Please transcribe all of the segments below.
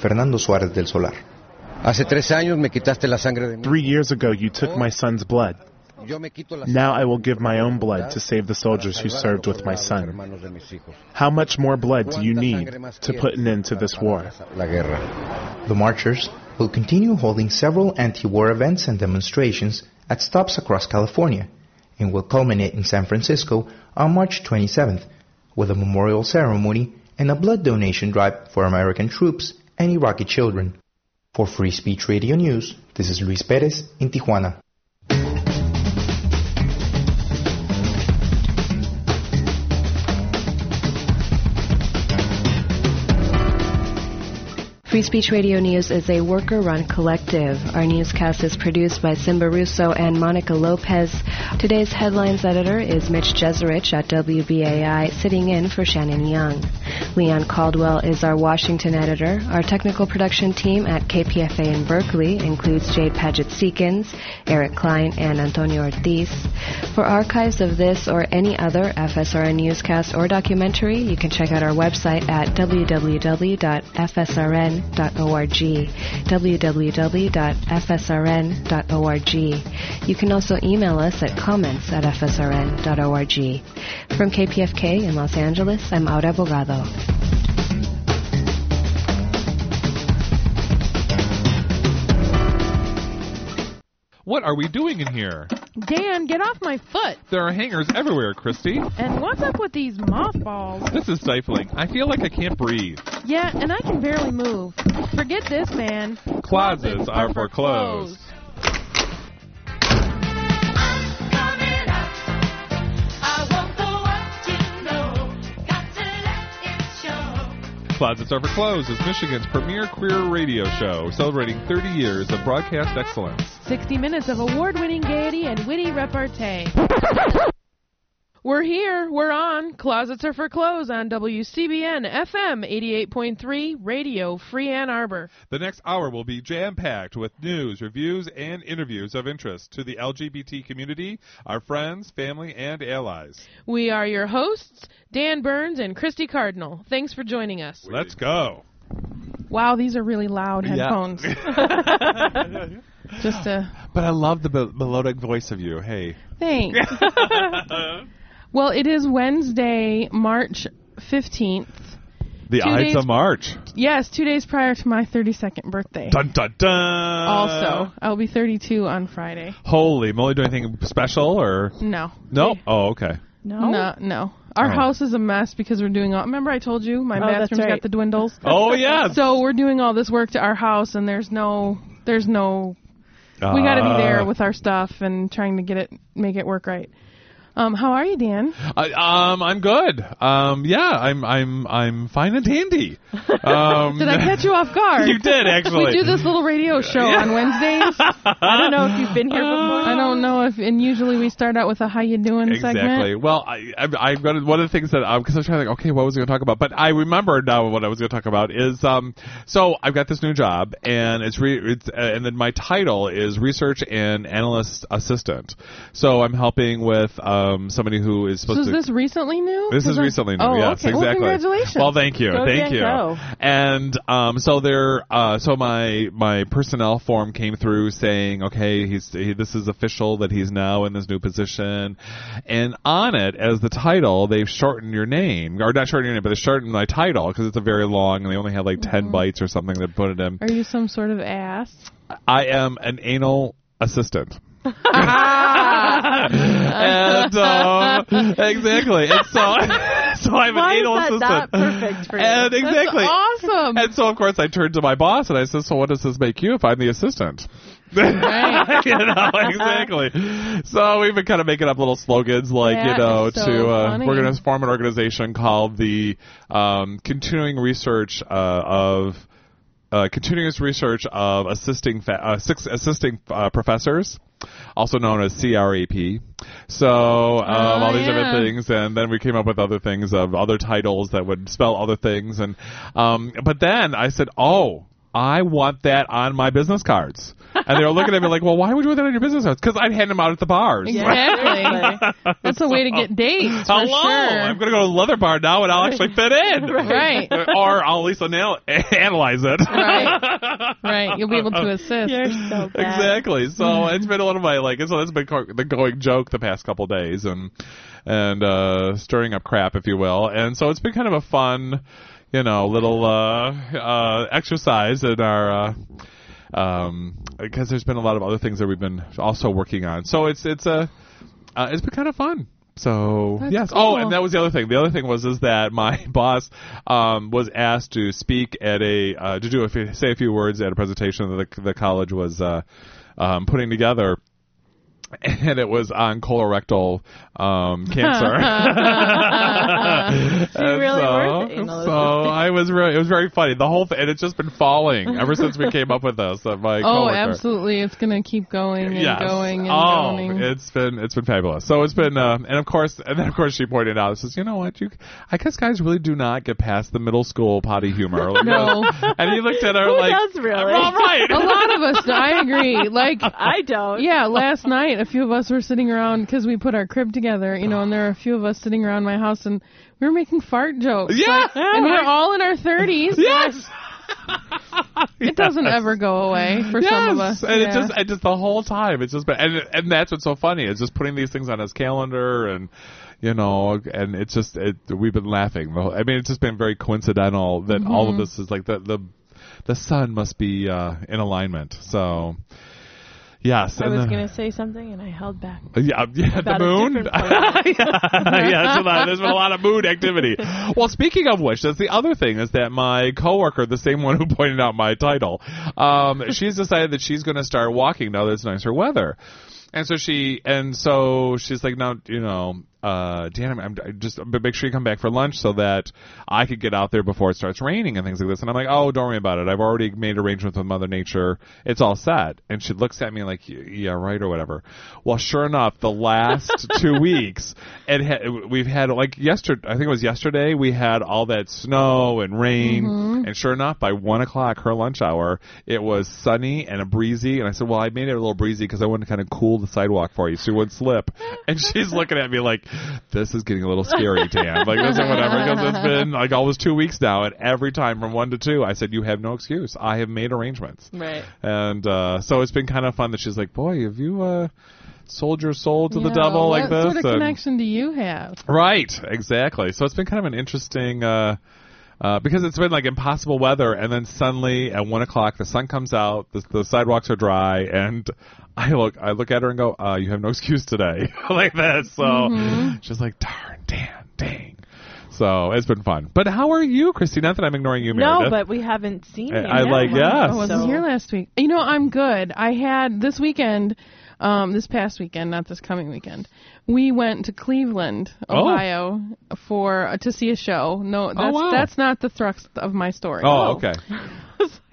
Fernando Suárez del Solar. Hace tres años me quitaste la sangre de mí. Three years ago, you took my son's blood. Yo me quito la Now I will give my own blood to save the soldiers who served with my son. How much more blood do you need to put an end to this war? La guerra. The marchers will continue holding several anti war events and demonstrations at stops across California and will culminate in San Francisco on March 27th with a memorial ceremony and a blood donation drive for American troops and Iraqi children. For Free Speech Radio News, this is Luis Perez in Tijuana. Free Speech Radio News is a worker run collective. Our newscast is produced by Simba Russo and Monica Lopez. Today's headlines editor is Mitch Jezerich at WBAI, sitting in for Shannon Young. Leon Caldwell is our Washington editor. Our technical production team at KPFA in Berkeley includes Jade Paget Seekins, Eric Klein, and Antonio Ortiz. For archives of this or any other FSRN newscast or documentary, you can check out our website at www.fsrn.org fsrn.org, www.fsrn.org. You can also email us at comments at fsrn.org. From KPFK in Los Angeles, I'm Aura Bogado. What are we doing in here? Dan, get off my foot! There are hangers everywhere, Christy. And what's up with these mothballs? This is stifling. I feel like I can't breathe. Yeah, and I can barely move. Forget this, man. Closets are for clothes. Closets Are for Clothes is Michigan's premier queer radio show, celebrating 30 years of broadcast excellence. 60 minutes of award winning gaiety and witty repartee. We're here. We're on. Closets are for clothes on WCBN FM 88.3 Radio Free Ann Arbor. The next hour will be jam packed with news, reviews, and interviews of interest to the LGBT community, our friends, family, and allies. We are your hosts, Dan Burns and Christy Cardinal. Thanks for joining us. Let's go. Wow, these are really loud headphones. Just a But I love the melodic voice of you. Hey. Thanks. well, it is Wednesday, March 15th. The Two Ides days- of March. Yes, two days prior to my 32nd birthday. Dun dun dun. Also, I'll be 32 on Friday. Holy moly, do anything special or No. no? Oh, okay. No. No, no. Our Oh. house is a mess because we're doing all. Remember, I told you my Oh, that's bathroom's got right. the dwindles. Oh yes. So we're doing all this work to our house, and there's no, there's no. We got to be Uh. there with our stuff and trying to get it, make it work right. Um, how are you, Dan? I, um, I'm good. Um, yeah, I'm I'm I'm fine and dandy. Um, Did I catch you off guard? You did actually. We do this little radio show on Wednesdays. I don't know if you've been here before. I don't know if, and usually we start out with a "How you doing?" Exactly. segment. Well, I, I've, I've got one of the things that because I was trying to think, okay, what was I going to talk about? But I remember now what I was going to talk about is um, so I've got this new job and it's re, it's uh, and then my title is research and analyst assistant. So I'm helping with um somebody who is So supposed is to. this recently new? This 'Cause is I- recently new. Oh, yes, okay. exactly. Well, congratulations. Well, thank you, Go, thank Dan, you. go. And um, so there, uh, so my my personnel form came through saying, okay, he's he, this is official that he's now in this new position, and on it as the title, they've shortened your name, or not shortened your name, but they shortened my title because it's a very long, and they only had like 10 Mm-hmm. bytes or something that put it in. Are you some sort of ass? I am an anal assistant. and um, exactly, and so so I'm Why an anal is that not assistant. perfect for you? And exactly. That's awesome. And so of course I turned to my boss and I said, "So what does this make you if I'm the assistant?" Right. you know exactly. So we've been kind of making up little slogans like That you know is so to uh, funny. we're going to form an organization called the um, Continuing Research uh, of uh, Continuous Research of Assisting fa- uh, six Assisting uh, Professors. Also known as CREP, so um, all these Oh, yeah. different things, and then we came up with other things of other titles that would spell other things, and um, but then I said, oh, I want that on my business cards. And they were looking at me like, well, why would you want that on your business cards? Because I'd hand them out at the bars. Exactly. That's a way to get dates. For Hello, sure. I'm going to go to the leather bar now and I'll actually fit in. Right. or I'll at least anal- analyze it. right. Right. You'll be able to assist. You're so bad. exactly. So it's been one of my like so that's been co- the going joke the past couple days and and uh stirring up crap if you will. And so it's been kind of a fun, you know, little uh uh exercise in our uh um because there's been a lot of other things that we've been also working on. So it's it's a uh, it's been kind of fun. So That's yes. Oh, cool. and that was the other thing. The other thing was is that my boss um, was asked to speak at a uh, to do a few, say a few words at a presentation that the, the college was uh, um, putting together, and it was on colorectal um, cancer. She And really so, worth it. You know, so I was really it was very funny. The whole thing, and it's just been falling ever since we came up with this. Uh, my Oh, coworker. absolutely. It's going to keep going and Yes. going and oh, going. it's been it's been fabulous. So it's been, uh, and of course, and then of course she pointed out, says, you know what, you, I guess guys really do not get past the middle school potty humor. Like, No. and he looked at her Who like, does really? well, right. a lot of us, I agree. Like, I don't. yeah, last night a few of us were sitting around because we put our crib together, you know, and there were a few of us sitting around my house and we were making fart jokes. Yeah. And we're all in our 30s. yes. It doesn't ever go away for some of us. And yeah. it just and just the whole time it's just been and and that's what's so funny is just putting these things on his calendar and you know and it's just it, we've been laughing. The whole- I mean it's just been very coincidental that all Mm-hmm. of this is like the the the sun must be uh, in alignment. So yes, I and was the- gonna say something and I held back. yeah, yeah the About a moon. different part. yeah, so that- there's been a lot of moon activity. Well, speaking of which, that's the other thing is that my coworker, the same one who pointed out my title, um, she's decided that she's going to start walking now that it's nicer weather. And so she, and so she's like, now, you know, uh, Dan, I'm, I'm- I just but make sure you come back for lunch so that I could get out there before it starts raining and things like this. And I'm like, oh, don't worry about it. I've already made arrangements with Mother Nature. It's all set. And she looks at me like, "Y- yeah, right, or whatever. Well, sure enough, the last two weeks, it ha- we've had like yesterday. I think it was yesterday. We had all that snow and rain, and sure enough, by one o'clock, her lunch hour, it was sunny and a breezy. And I said, well, I made it a little breezy because I wanted to kind of cool the sidewalk for you, so you wouldn't slip. And she's looking at me like, this is getting a little scary, Dan. Like this or whatever, because it's been like almost two weeks now, and every time from one to two, I said, you have no excuse. I have made arrangements. Right. And uh, so it's been kind of fun that she's like, boy, have you uh, sold your soul to the Yeah, devil like What this? sort of And- connection do you have? right, exactly. So it's been kind of an interesting. Uh, uh, because it's been like impossible weather, and then suddenly at one o'clock the sun comes out, the, the sidewalks are dry, and I look, I look at her and go, uh, "You have no excuse today," like that. So Mm-hmm. she's like, "Darn, damn, dang." So it's been fun. But how are you, Christy? Not that I'm ignoring you, No, Meredith. but we haven't seen I- it. I yet. like- yes. I wasn't So- here last week. You know, I'm good. I had this weekend, um, this past weekend, not this coming weekend. We went to Cleveland, Oh. Ohio, for uh, to see a show. No, that's wow. that's not the thrust of my story. oh, okay.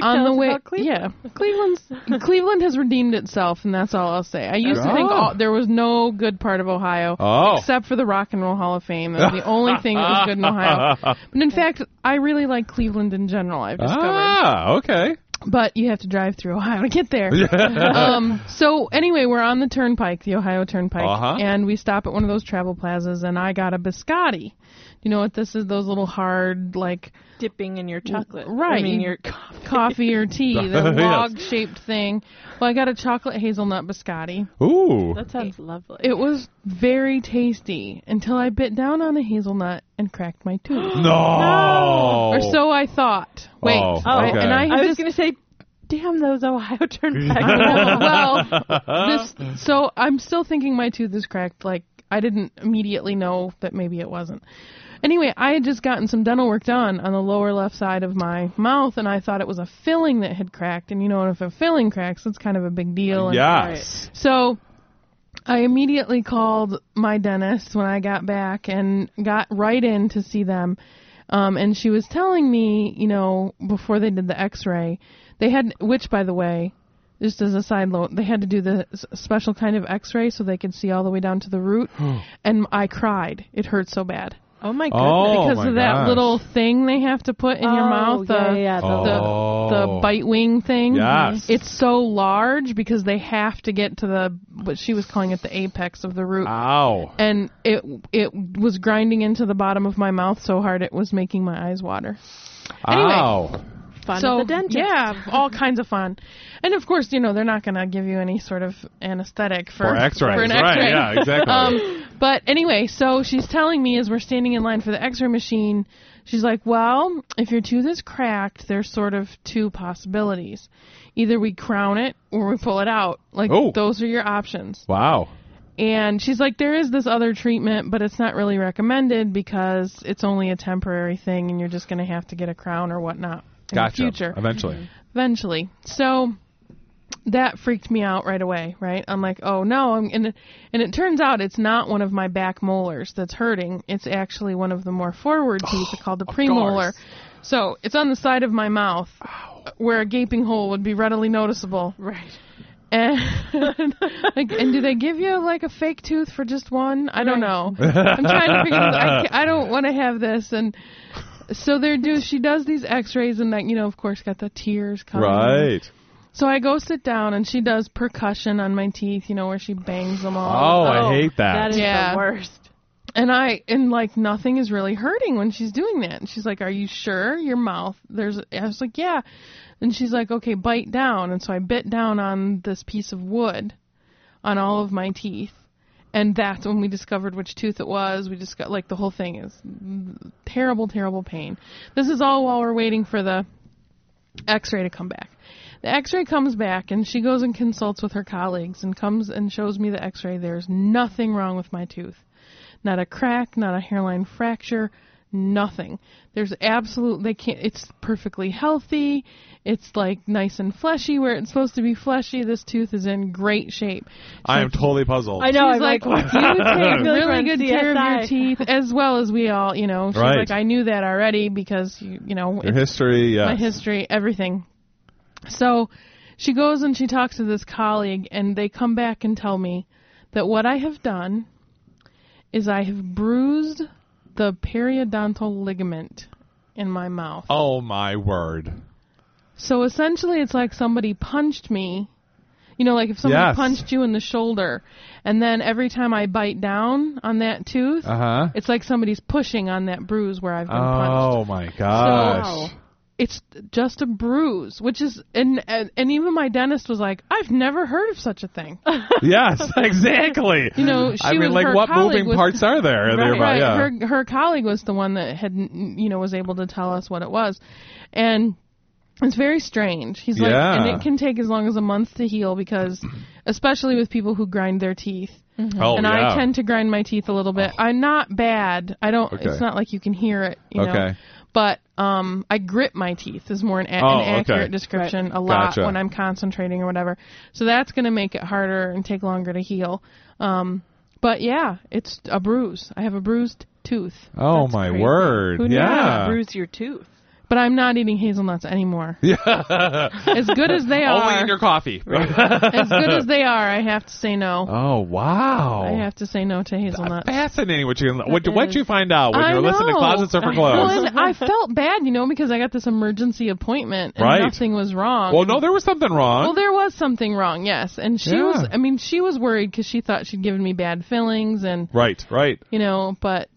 on Tell the us way, about Cleveland. yeah, Cleveland's Cleveland has redeemed itself, and that's all I'll say. I used to think Oh. all, there was no good part of Ohio Oh. except for the Rock and Roll Hall of Fame. That was the only thing that was good in Ohio. But in fact, I really like Cleveland in general. I've discovered Ah, okay. but you have to drive through Ohio to get there. um, so anyway, we're on the turnpike, the Ohio Turnpike, Uh-huh. and we stop at one of those travel plazas, and I got a biscotti. You know what this is? Those little hard, like dipping in your chocolate. right, I mean you- your coffee. coffee or tea, the Yes. log-shaped thing. Well, I got a chocolate hazelnut biscotti. Ooh. That sounds lovely. It was very tasty until I bit down on a hazelnut and cracked my tooth. no. Or so I thought. Wait, Oh, I- okay. and I, had I was just- gonna say, damn those Ohio turnpikes. well, this, so I'm still thinking my tooth is cracked. Like I didn't immediately know that maybe it wasn't. Anyway, I had just gotten some dental work done on the lower left side of my mouth, and I thought it was a filling that had cracked. And you know, if a filling cracks, it's kind of a big deal. And Yes. So I immediately called my dentist when I got back and got right in to see them. Um, and she was telling me, you know, before they did the x ray, they had, which by the way, just as a side note, they had to do the s- special kind of x ray so they could see all the way down to the root. and I cried. It hurt so bad. Oh my goodness. Oh, because my of that gosh. little thing they have to put in your Oh, mouth. Yeah, uh, yeah, yeah, the- The, the Oh. bite wing thing. Yes. It's so large because they have to get to the what she was calling it the apex of the root. Ah. Ow. and it it was grinding into the bottom of my mouth so hard it was making my eyes water. Anyway. Ow. fun at so the dentist. yeah, all kinds of fun, and of course you know they're not going to give you any sort of anesthetic for Or X-rays. for an right? X-ray. Yeah. Exactly. Um, but anyway, so she's telling me as we're standing in line for the X-ray machine, she's like, "Well, if your tooth is cracked, there's sort of two possibilities: either we crown it or we pull it out. Like Oh. those are your options." wow. And she's like, "There is this other treatment, but it's not really recommended because it's only a temporary thing, and you're just going to have to get a crown or whatnot in Gotcha. the future." Eventually. eventually. So that freaked me out right away, right? I'm like, "Oh no." I'm, and and it turns out it's not one of my back molars that's hurting. It's actually one of the more forward teeth called the premolar. So, it's on the side of my mouth where a gaping hole would be readily noticeable. Right. And like, and do they give you like a fake tooth for just one? I don't know. I'm trying to figure this. I, ca- I don't want to have this. And so they do. She does these X-rays, and like you know, of course, got the tears coming. Right. So I go sit down, and she does percussion on my teeth. You know, where she bangs them all. Oh, I hate That that. is Yeah. the worst. And I and like nothing is really hurting when she's doing that. And she's like, "Are you sure your mouth?" There's. I was like, "Yeah." And she's like, "Okay, bite down." And so I bit down on this piece of wood, on all of my teeth, and that's when we discovered which tooth it was. We just got like the whole thing is terrible, terrible pain. This is all while we're waiting for the X-ray to come back. The X-ray comes back, and she goes and consults with her colleagues, and comes and shows me the X-ray. There's nothing wrong with my tooth not a crack, not a hairline fracture, nothing. There's absolute they can't it's perfectly healthy. It's like nice and fleshy where it's supposed to be fleshy. This tooth is in great shape. I am totally puzzed. I know. She's I'm like, like, you take Really really run good care of your CSI. teeth as well as we all, you know. She's Right. like, I knew that already because you, you know, Your it's history. Yeah. my history, everything. So she goes and she talks to this colleague, and they come back and tell me that what I have done is I have bruised the periodontal ligament in my mouth. Oh my word. So essentially, it's like somebody punched me. You know, like if somebody Yes. punched you in the shoulder, and then every time I bite down on that tooth, Uh huh. it's like somebody's pushing on that bruise where I've been punched. Oh my gosh. Wow. it's just a bruise, which is and and, and even my dentist was like, I've never heard of such a thing. yes, exactly. You know, she I mean, was, like, her what colleague moving was- parts are there? Right, thereby? yeah. Her her colleague was the one that had you know was able to tell us what it was, and it's very strange. He's like, Yeah. and it can take as long as a month to heal because, especially with people who grind their teeth, oh and yeah. I tend to grind my teeth a little bit. I'm not bad. I don't. Okay. It's not like you can hear it. You Know? Okay. But um, I grit my teeth is more an, a- Oh, an accurate okay. description a lot Gotcha. when I'm concentrating or whatever. So that's going to make it harder and take longer to heal. Um, but yeah, it's a bruise. I have a bruised tooth. oh That's my crazy. word. Who knew yeah. how to bruise your tooth? But I'm not eating hazelnuts anymore. Yeah. as good as they Only are, in your coffee. as good as they are, I have to say no. oh wow. I have to say no to hazelnuts. Fascinating what you what That what is. you find out when I you listen to know. closets are for Well, clothes. and I felt bad, you know, because I got this emergency appointment and Right. nothing was wrong. Well, no, there was something wrong. Well, there was something wrong, yes. And she Yeah. was, I mean, she was worried because she thought she'd given me bad fillings and, right, right. you know, but.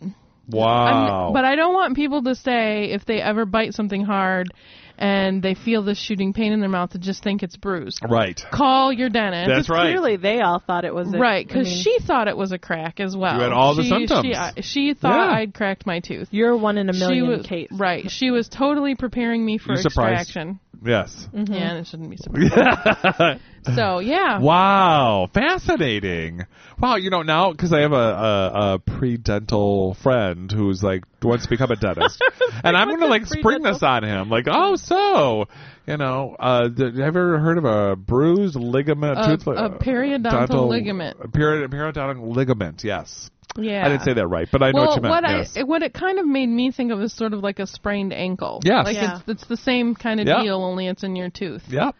Wow. Oh. I'm, but I don't want people to say if they ever bite something hard and they feel this shooting pain in their mouth to just think it's bruised. right. Call your dentist. That's right. Clearly, they all thought it was a, Right, I because mean, she thought it was a crack as well. You had all the She- She, symptoms. I- she thought Yeah. I'd cracked my tooth. You're one in a million she was, case. Right. She was totally preparing me for You surprised? extraction. Yes. Mm-hmm. Yeah, and it shouldn't be surprised. so, yeah. Wow, fascinating. Wow, you know now because I have a, a, a pre-dental friend who's like wants to become a dentist, and I'm gonna like spring this on him. Like, oh, so you know, uh, th- have you ever heard of a bruised ligament? A- tooth, uh, a periodontal dental- ligament. A peri- periodontal ligament. Yes, Yeah. I didn't say that right, but I know well, what you meant. I yes. it- what it kind of made me think of is sort of like a sprained ankle. Yes. Like Yeah. it's it's the same kind of Yeah. deal, only it's in your tooth. yep.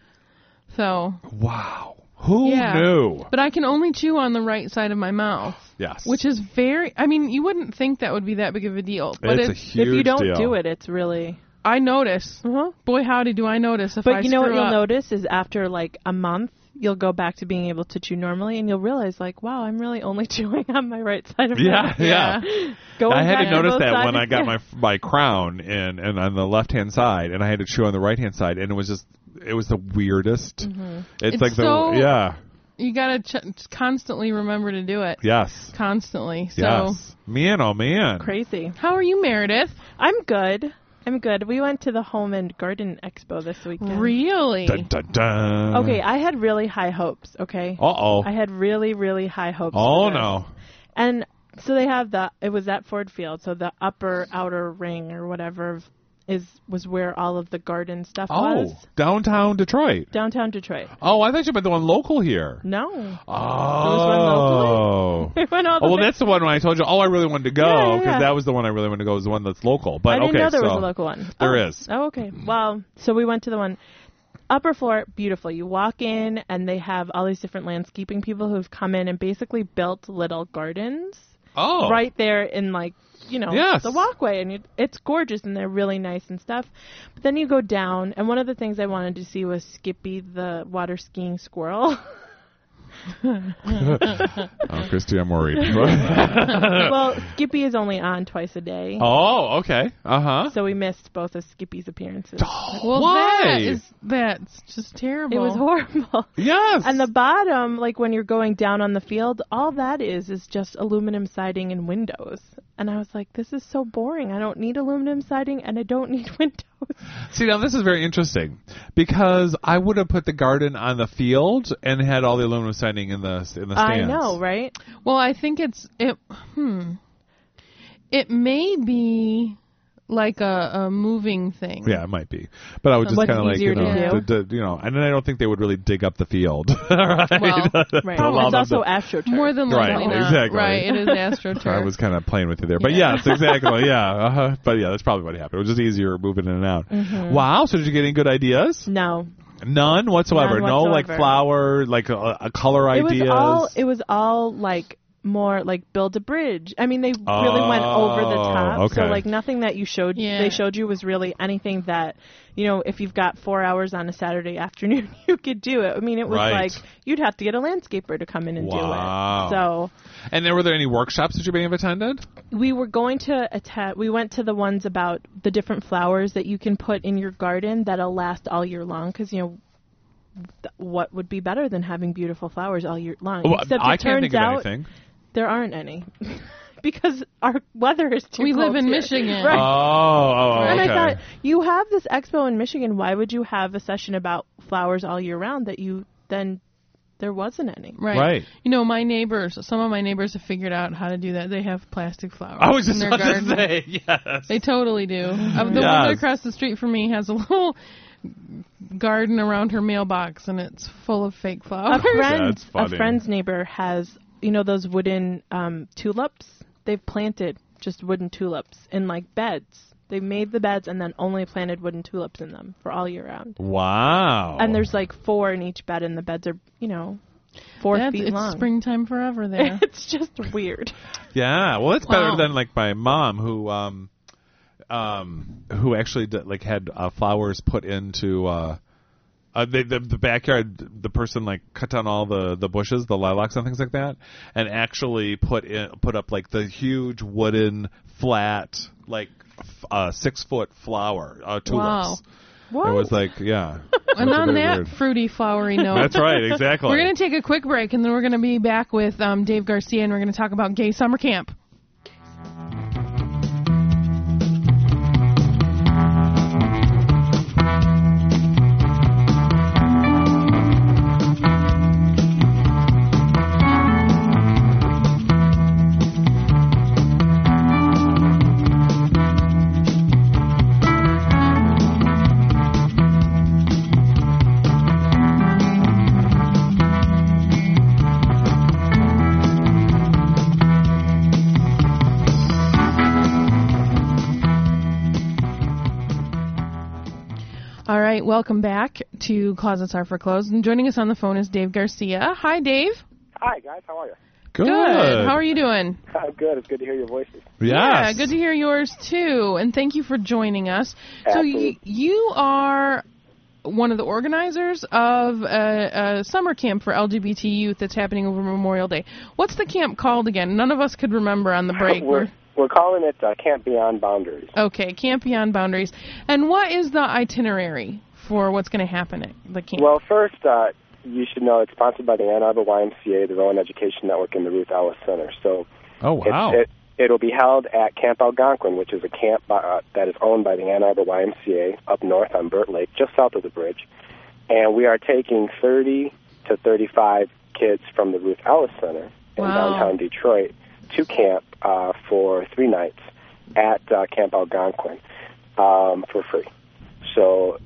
So Wow. Who Yeah. knew? But I can only chew on the right side of my mouth, Yes. which is very. I mean, you wouldn't think that would be that big of a deal, but it's it's. a huge if you don't deal. do it, it's really. I notice. Boy, howdy, do I notice if I Uh-huh. But you know what screw you'll up. notice is after like a month, you'll go back to being able to chew normally, and you'll realize like, wow, I'm really only chewing on my right side of my Yeah, mouth. yeah. Going I had back to notice both that sides when I is- got my my crown and and on the left hand side, and I had to chew on the right hand side, and it was just it was the weirdest. Mm-hmm. It's, It's like so- the yeah You gotta ch- constantly remember to do it. yes Constantly. So, yes man oh man crazy. how are you, Meredith? I'm good. I'm good. We went to the Home and Garden Expo this weekend. Really? dun, dun, dun. okay, I had really high hopes. Okay. uh oh I had really, really high hopes. oh for this. no And so they have the it was at Ford Field, so the upper outer ring or whatever is was where all of the garden stuff oh was. downtown Detroit Downtown Detroit. oh I thought you meant the one local here No. oh. We went all the Oh well, way- that's the one when I told you. Oh, I really wanted to Yeah, go yeah, because yeah. that was the one I really wanted to go. Is the one that's local. But I didn't okay, know there so was a local one. there There is. is. Oh, okay. Well, so we went to the one upper floor, beautiful. You walk in and they have all these different landscaping people who've come in and basically built little gardens oh right there in like you know Yes. the walkway and you, it's gorgeous and they're really nice and stuff but then you go down and one of the things i wanted to see was skippy the water skiing squirrel Oh, Christy, I'm worried. well skippy is only on twice a day Uh. oh, okay. Uh huh. so we missed both of skippy's appearances Well, Why? that is that's just terrible. it was horrible Yes. and the bottom like when you're going down on the field all that is is just aluminum siding and windows and i was like this is so boring i don't need aluminum siding and i don't need windows See, now this is very interesting because I would have put the garden on the field and had all the aluminum siding in the in the stands. i know right Well, I think it's it. Hmm. It may be like a, a moving thing. Yeah, it might be, but I would just What's kind of like you easier to know, do? to- to- you know, and then I don't think they would really dig up the field. right? Well, right Well, it's I'm the- also astroturf More than Right, likely not. exactly. Right. It is astroturf. I was kind of playing with you there, but yes, exactly. yeah, uh-huh. but yeah, that's probably what happened. It was just easier moving in and out. Mm-hmm. Wow. So did you get any good ideas? No, None whatsoever. None No, like whatsoever. flower, like uh, a, a color it ideas. was all it was all like more like build a bridge. I mean, they really went over the Oh, top. So okay. like nothing that you showed Yeah. they showed you was really anything that you know if you've got four hours on a Saturday afternoon you could do it. I mean, it was Right. like you'd have to get a landscaper to come in and Wow. do it. So and then were there any workshops that you may have attended? we were going to attend we went to the ones about the different flowers that you can put in your garden that'll last all year long because you know th- what would be better than having beautiful flowers all year long Well, except I it can't turns think out of anything. there aren't any because our weather is too We cold live in here. Michigan. Oh, right oh, okay. and i thought you have this expo in michigan why would you have a session about flowers all year round that you then there wasn't any Right. Right. You know, my neighbors, some of my neighbors have figured out how to do that. They have plastic flowers I was just in their about garden. to say yes. They totally do. Um, the Yes. one across the street from me has a little garden around her mailbox, and it's full of fake a flowers. friend, That's a funny. friend's neighbor has you know those wooden um, tulips. They've planted just wooden tulips in like beds. They made the beds and then only planted wooden tulips in them for all year round. Wow. And there's like four in each bed, and the beds are you know four That's, feet it's long. springtime forever there. it's just weird. yeah. Well, it's Wow. better than like my mom who um um who actually did, like had uh, flowers put into uh. Uh, they, the, the backyard, the person like cut down all the, the bushes, the lilacs and things like that, and actually put in put up like the huge wooden flat like f- uh, six foot flower uh, tulips. Wow. What? It was like yeah. and on that Weird. fruity, flowery note. That's right, exactly. We're going to take a quick break, and then we're going to be back with um, Dave Garcia, and we're going to talk about gay summer camp. right, welcome back to Closets Are for Clothes. And joining us on the phone is Dave Garcia. Hi, Dave. Hi guys, how are you? Good. How are you doing? I'm good. It's good to hear your voices. Yes. Yeah, good to hear yours too, and thank you for joining us. So you, Absolutely. you are one of the organizers of a, a summer camp for LGBT youth that's happening over Memorial Day. What's the camp called again? None of us could remember on the break. We're we're calling it uh, Camp Beyond Boundaries. okay, Camp Beyond Boundaries. And what is the itinerary for what's going to happen at the camp? Well, first, uh, you should know it's sponsored by the Ann Arbor YMCA, the Rowan Education Network, and the Ruth Ellis Center. So Oh wow. it's, it, it'll be held at Camp Algonquin, which is a camp uh, that is owned by the Ann Arbor YMCA up north on Burt Lake, just south of the bridge. And we are taking 30 to 35 kids from the Ruth Ellis Center in Wow. downtown Detroit to camp uh, for three nights at uh, Camp Algonquin um, for free. So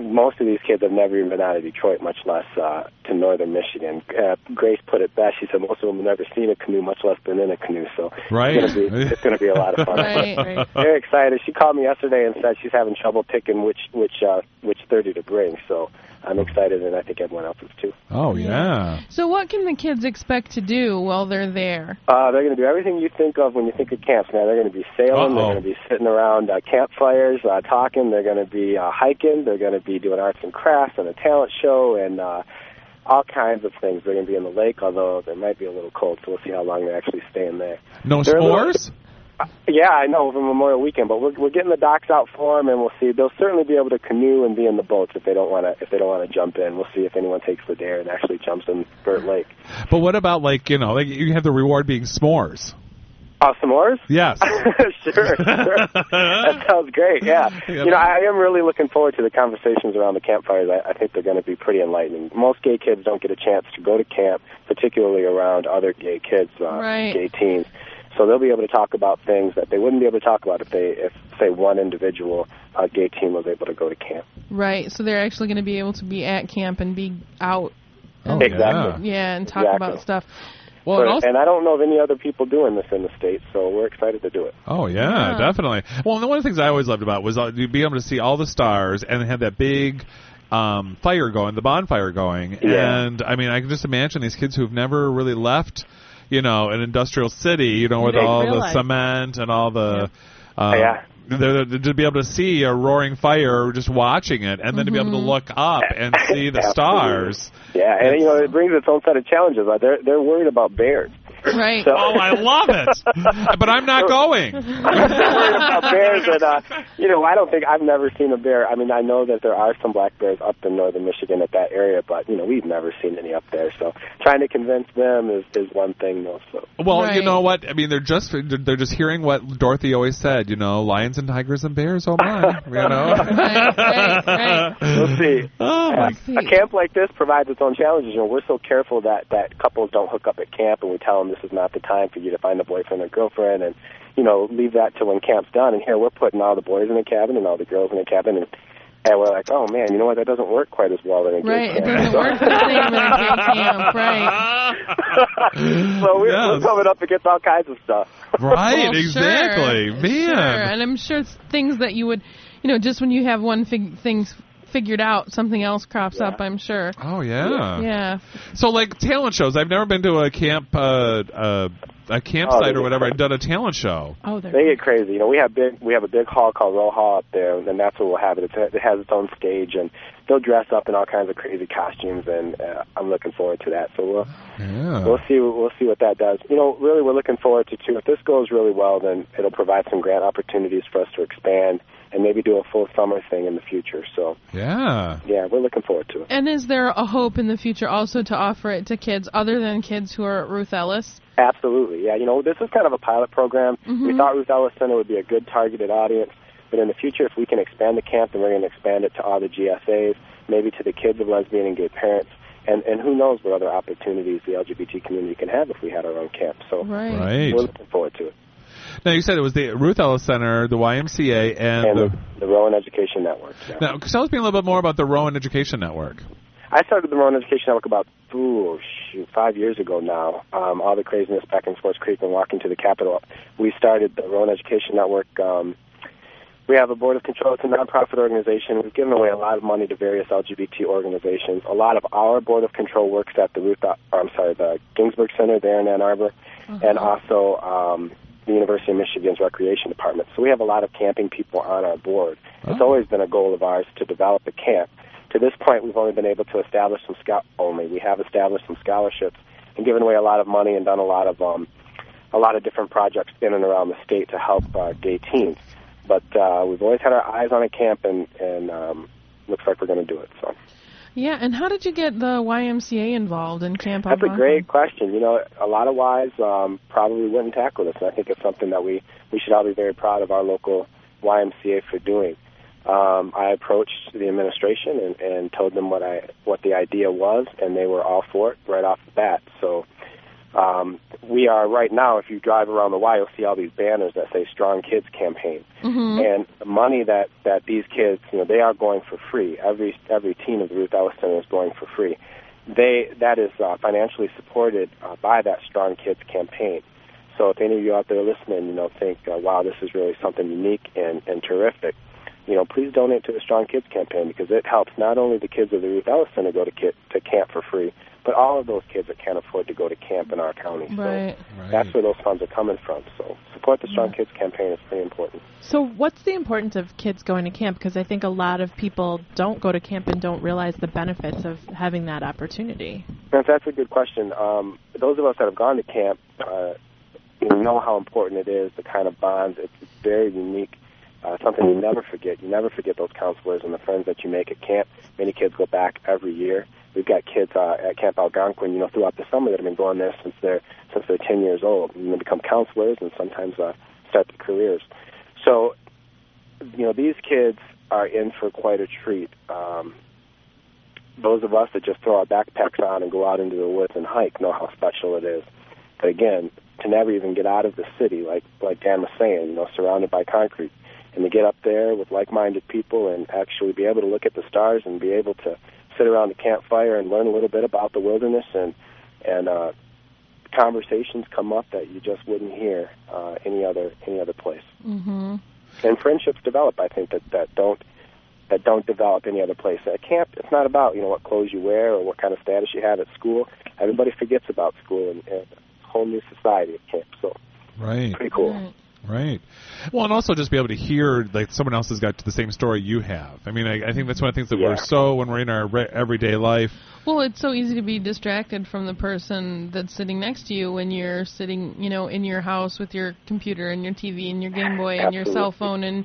most of these kids have never even been out of Detroit, much less uh, to northern Michigan. Uh, Grace put it best. She said most of them have never seen a canoe, much less been in a canoe. So Right. it's going to be it's going to be a lot of fun. Right, right. They're excited. She called me yesterday and said she's having trouble picking which which uh, which thirty to bring. So I'm excited, and I think everyone else is too. oh yeah. So what can the kids expect to do while they're there? Uh, they're going to do everything you think of when you think of camps. Now they're going to be sailing. Uh-oh. They're going to be sitting around uh, campfires, uh, talking. They're going to be uh, hiking. They're going to be doing arts and crafts and a talent show and uh, all kinds of things. They're going to be in the lake, although there might be a little cold, so we'll see how long they're actually staying there. No They're a little- spores. Yeah, I know over Memorial Weekend, but we're we're getting the docks out for them, and we'll see. They'll certainly be able to canoe and be in the boats if they don't want to. If they don't want to jump in, we'll see if anyone takes the dare and actually jumps in Burt Lake. But what about like you know like you have the reward being s'mores? Uh, s'mores? Yes. sure, sure. that sounds great. Yeah, you know, I am really looking forward to the conversations around the campfires. I, I think they're going to be pretty enlightening. Most gay kids don't get a chance to go to camp, particularly around other gay kids, uh, Right. gay teens. So they'll be able to talk about things that they wouldn't be able to talk about if they, if say, one individual uh, gay teen was able to go to camp. Right. So they're actually going to be able to be at camp and be out. Oh, Exactly. yeah. Yeah, and talk Exactly. about stuff. Well, So- and also, and I don't know of any other people doing this in the states, so we're excited to do it. oh yeah, Yeah. definitely. Well, and one of the things I always loved about was uh, you'd be able to see all the stars and have that big um, fire going, the bonfire going. Yeah. And I mean, I can just imagine these kids who've never really left, you know, an industrial city, you know, with They all the realize. cement and all the. Um, Yeah. they're- they're- to be able to see a roaring fire, just watching it, and then to be able to look up and see the Absolutely. stars. Yeah, and you know, it brings its own set of challenges. Uh, They're they're worried about bears. Right. So- Oh, I love it, but I'm not going. worried about bears, and uh, you know, I don't think I've never seen a bear. I mean, I know that there are some black bears up in northern Michigan at that area, but you know, we've never seen any up there. So trying to convince them is is one thing, though. So Well, you Right. know what? I mean, they're just they're just hearing what Dorothy always said. You know, lions and tigers and bears. Oh my! You know. right, right, right. we'll see. Oh my! A camp like this provides its own challenges. You know, we're so careful that that couples don't hook up at camp, and we tell them this is not the time for you to find a boyfriend or girlfriend, and you know, leave that till when camp's done. And here we're putting all the boys in a cabin and all the girls in a cabin, and and we're like, oh man, you know what? That doesn't work quite as well in a gay Right. It camp. doesn't So- work the same in a gay camp. Right. so we're, Yes. we're coming up against all kinds of stuff. Right? Well, exactly, Sure, Sure. man. And I'm sure it's things that you would, you know, just when you have one fig- thing figured out, something else crops up. I'm sure. Oh yeah. Yeah. So like talent shows. I've never been to a camp uh, uh, a campsite they- or whatever. I've done a talent show. Oh, there. They get crazy. You know, we have big we have a big hall called Row Hall up there, and that's where we'll have it. It's, it has its own stage, and they'll dress up in all kinds of crazy costumes, and uh, I'm looking forward to that. So we'll Yeah. we'll see we'll see what that does. You know, really, we're looking forward to too. If this goes really well, then it'll provide some grant opportunities for us to expand and maybe do a full summer thing in the future. So Yeah. yeah, we're looking forward to it. And is there a hope in the future also to offer it to kids other than kids who are at Ruth Ellis? Absolutely, yeah. You know, this is kind of a pilot program. We thought Ruth Ellis Center would be a good targeted audience, but in the future, if we can expand the camp, then we're going to expand it to all the GSAs, maybe to the kids of lesbian and gay parents, and and who knows what other opportunities the LGBT community can have if we had our own camp. So Right. Right. we're looking forward to it. Now you said it was the Ruth Ellis Center, the YMCA, and, And the. the, the Rowan Education Network. yeah. Now, tell us a little bit more about the Rowan Education Network. I started the Rowan Education Network about ooh, shoot, five years ago now. Um, all the craziness back in Sports Creek and walking to the Capitol. We started the Rowan Education Network um, We have a board of control. It's a nonprofit organization. We've given away a lot of money to various LGBT organizations. A lot of our board of control works at the Ruth, or I'm sorry, the Ginsburg Center there in Ann Arbor, and also um, the University of Michigan's Recreation Department. So we have a lot of camping people on our board. It's always been a goal of ours to develop a camp. To this point, we've only been able to establish some scout only. We have established some scholarships and given away a lot of money and done a lot of um, a lot of different projects in and around the state to help uh, gay teens. But uh, we've always had our eyes on a camp, and and um, looks like we're going to do it. So Yeah, and how did you get the YMCA involved in Camp that's a Algonquin? great question. You know, a lot of wives um, probably wouldn't tackle this, and I think it's something that we we should all be very proud of our local YMCA for doing. Um, I approached the administration and, and told them what I what the idea was, and they were all for it right off the bat. So um, we are right now. If you drive around the Y, you'll see all these banners that say "Strong Kids Campaign," and the money that that these kids, you know, they are going for free. Every every teen of the Ruth Ellis Center is going for free. They that is uh, financially supported uh, by that Strong Kids Campaign. So if any of you out there listening, you know, think, uh, wow, this is really something unique and, and terrific, you know, please donate to the Strong Kids campaign because it helps not only the kids of the Ruth Ellis Center go to, kit, to camp for free, but all of those kids that can't afford to go to camp in our county. Right. So that's where those funds are coming from. So support the Strong Kids campaign. It's pretty important. So, what's the importance of kids going to camp? Because I think a lot of people don't go to camp and don't realize the benefits of having that opportunity. Now, that's a good question. Um, those of us that have gone to camp uh, you know how important it is, the kind of bonds. It's it's very unique, uh, something you never forget. You never forget those counselors and the friends that you make at camp. Many kids go back every year. We've got kids uh, at Camp Algonquin, you know, throughout the summer that have been going there since they're since they're 10 years old, and they become counselors and sometimes uh, start their careers. So, you know, these kids are in for quite a treat. Um, those of us that just throw our backpacks on and go out into the woods and hike know how special it is. But again, to never even get out of the city, like like Dan was saying, you know, surrounded by concrete, and to get up there with like-minded people and actually be able to look at the stars and be able to sit around a campfire and learn a little bit about the wilderness and and uh, conversations come up that you just wouldn't hear uh, any other any other place. Mm-hmm. And friendships develop, I think that that don't that don't develop any other place. At camp, it's not about you know what clothes you wear or what kind of status you had at school. Everybody forgets about school and, and it's a whole new society at camp. So Right. pretty cool. Mm, Right. Well, and also just be able to hear like someone else has got the same story you have. I mean, I, I think that's one of the things that we're Yeah. so when we're in our re- everyday life. Well, it's so easy to be distracted from the person that's sitting next to you when you're sitting, you know, in your house with your computer and your TV and your Game Boy and your cell Absolutely. phone and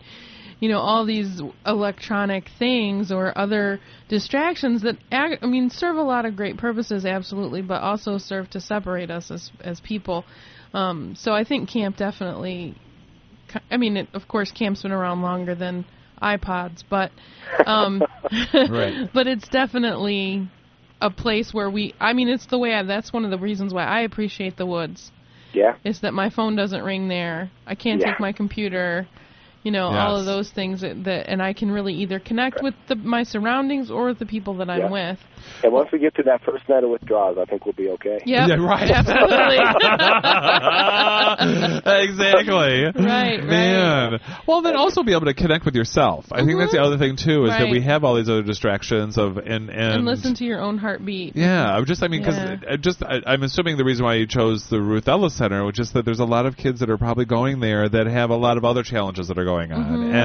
you know all these electronic things or other distractions that ag- I mean serve a lot of great purposes absolutely, but also serve to separate us as as people. Um, so I think camp definitely. ki- I mean, it, of course, camp's been around longer than iPods, but um, Right. but it's definitely a place where we i mean it's the way I, that's one of the reasons why i appreciate the woods Yeah, is that my phone doesn't ring there i can't Yeah. take my computer you know all Yes. of those things that, that and i can really either connect with the, my surroundings or the people that i'm Yeah. with and once we get to that first night of withdrawals, I think we'll be okay. Yep, Yeah, right. absolutely Uh, exactly. Right, Man. Well, then also be able to connect with yourself. I think that's the other thing too is that Mm-hmm. Right. we have all these other distractions of and and, and listen to your own heartbeat yeah, I'm just I mean because Yeah. just I, I'm assuming the reason why you chose the Ruth Ellis Center, which is that there's a lot of kids that are probably going there that have a lot of other challenges that are going on, Mm-hmm.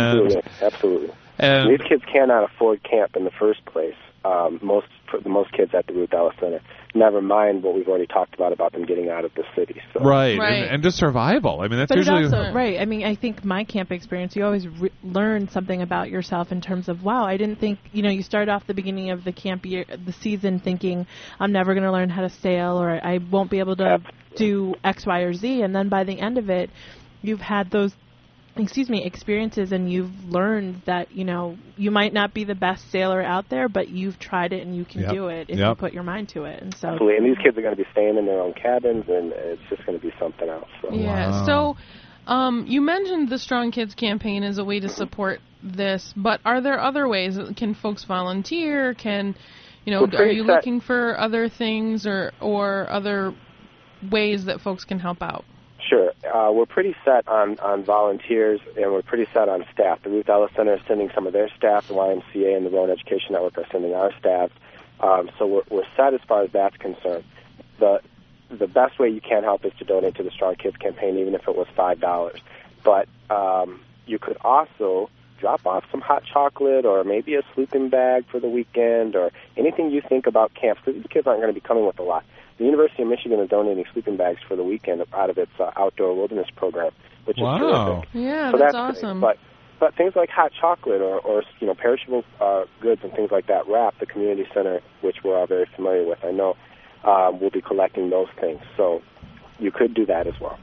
Absolutely, and absolutely. and These kids cannot afford camp in the first place. Um, most for the most kids at the Ruth Ellis Center. Never mind what we've already talked about about them getting out of the city. So right, Right. And, and just survival. I mean that's But it usually also, right, I mean, I think my camp experience, you always re- learn something about yourself in terms of, wow, I didn't think, you know, you start off the beginning of the camp year, the season thinking, I'm never going to learn how to sail or I won't be able to do X, Y, or Z. And then by the end of it, you've had those excuse me experiences and you've learned that you know you might not be the best sailor out there but you've tried it and you can Yep. do it if you Yep. put your mind to it and so Absolutely. And these kids are going to be staying in their own cabins, and it's just going to be something else. So. Yeah. So, um, you mentioned the Strong Kids campaign as a way to support this, but are there other ways? Can folks volunteer? Can you know? We're Are pretty you set. looking for other things or or other ways that folks can help out? Sure. uh, we're pretty set on, on volunteers and we're pretty set on staff. The Ruth Ellis Center is sending some of their staff. The YMCA and the Rowan Education Network are sending our staff. Um, so we're, we're set as far as that's concerned. The the best way you can help is to donate to the Strong Kids campaign, even if it was five dollars. But um, you could also drop off some hot chocolate or maybe a sleeping bag for the weekend or anything you think about camps because these kids aren't going to be coming with a lot. The University of Michigan is donating sleeping bags for the weekend out of its uh, outdoor wilderness program, which Wow. is terrific. Yeah, so that's, that's great. awesome. But but things like hot chocolate or, or you know perishable uh, goods and things like that wrap the community center, which we're all very familiar with. I know um, we'll be collecting those things, so you could do that as well.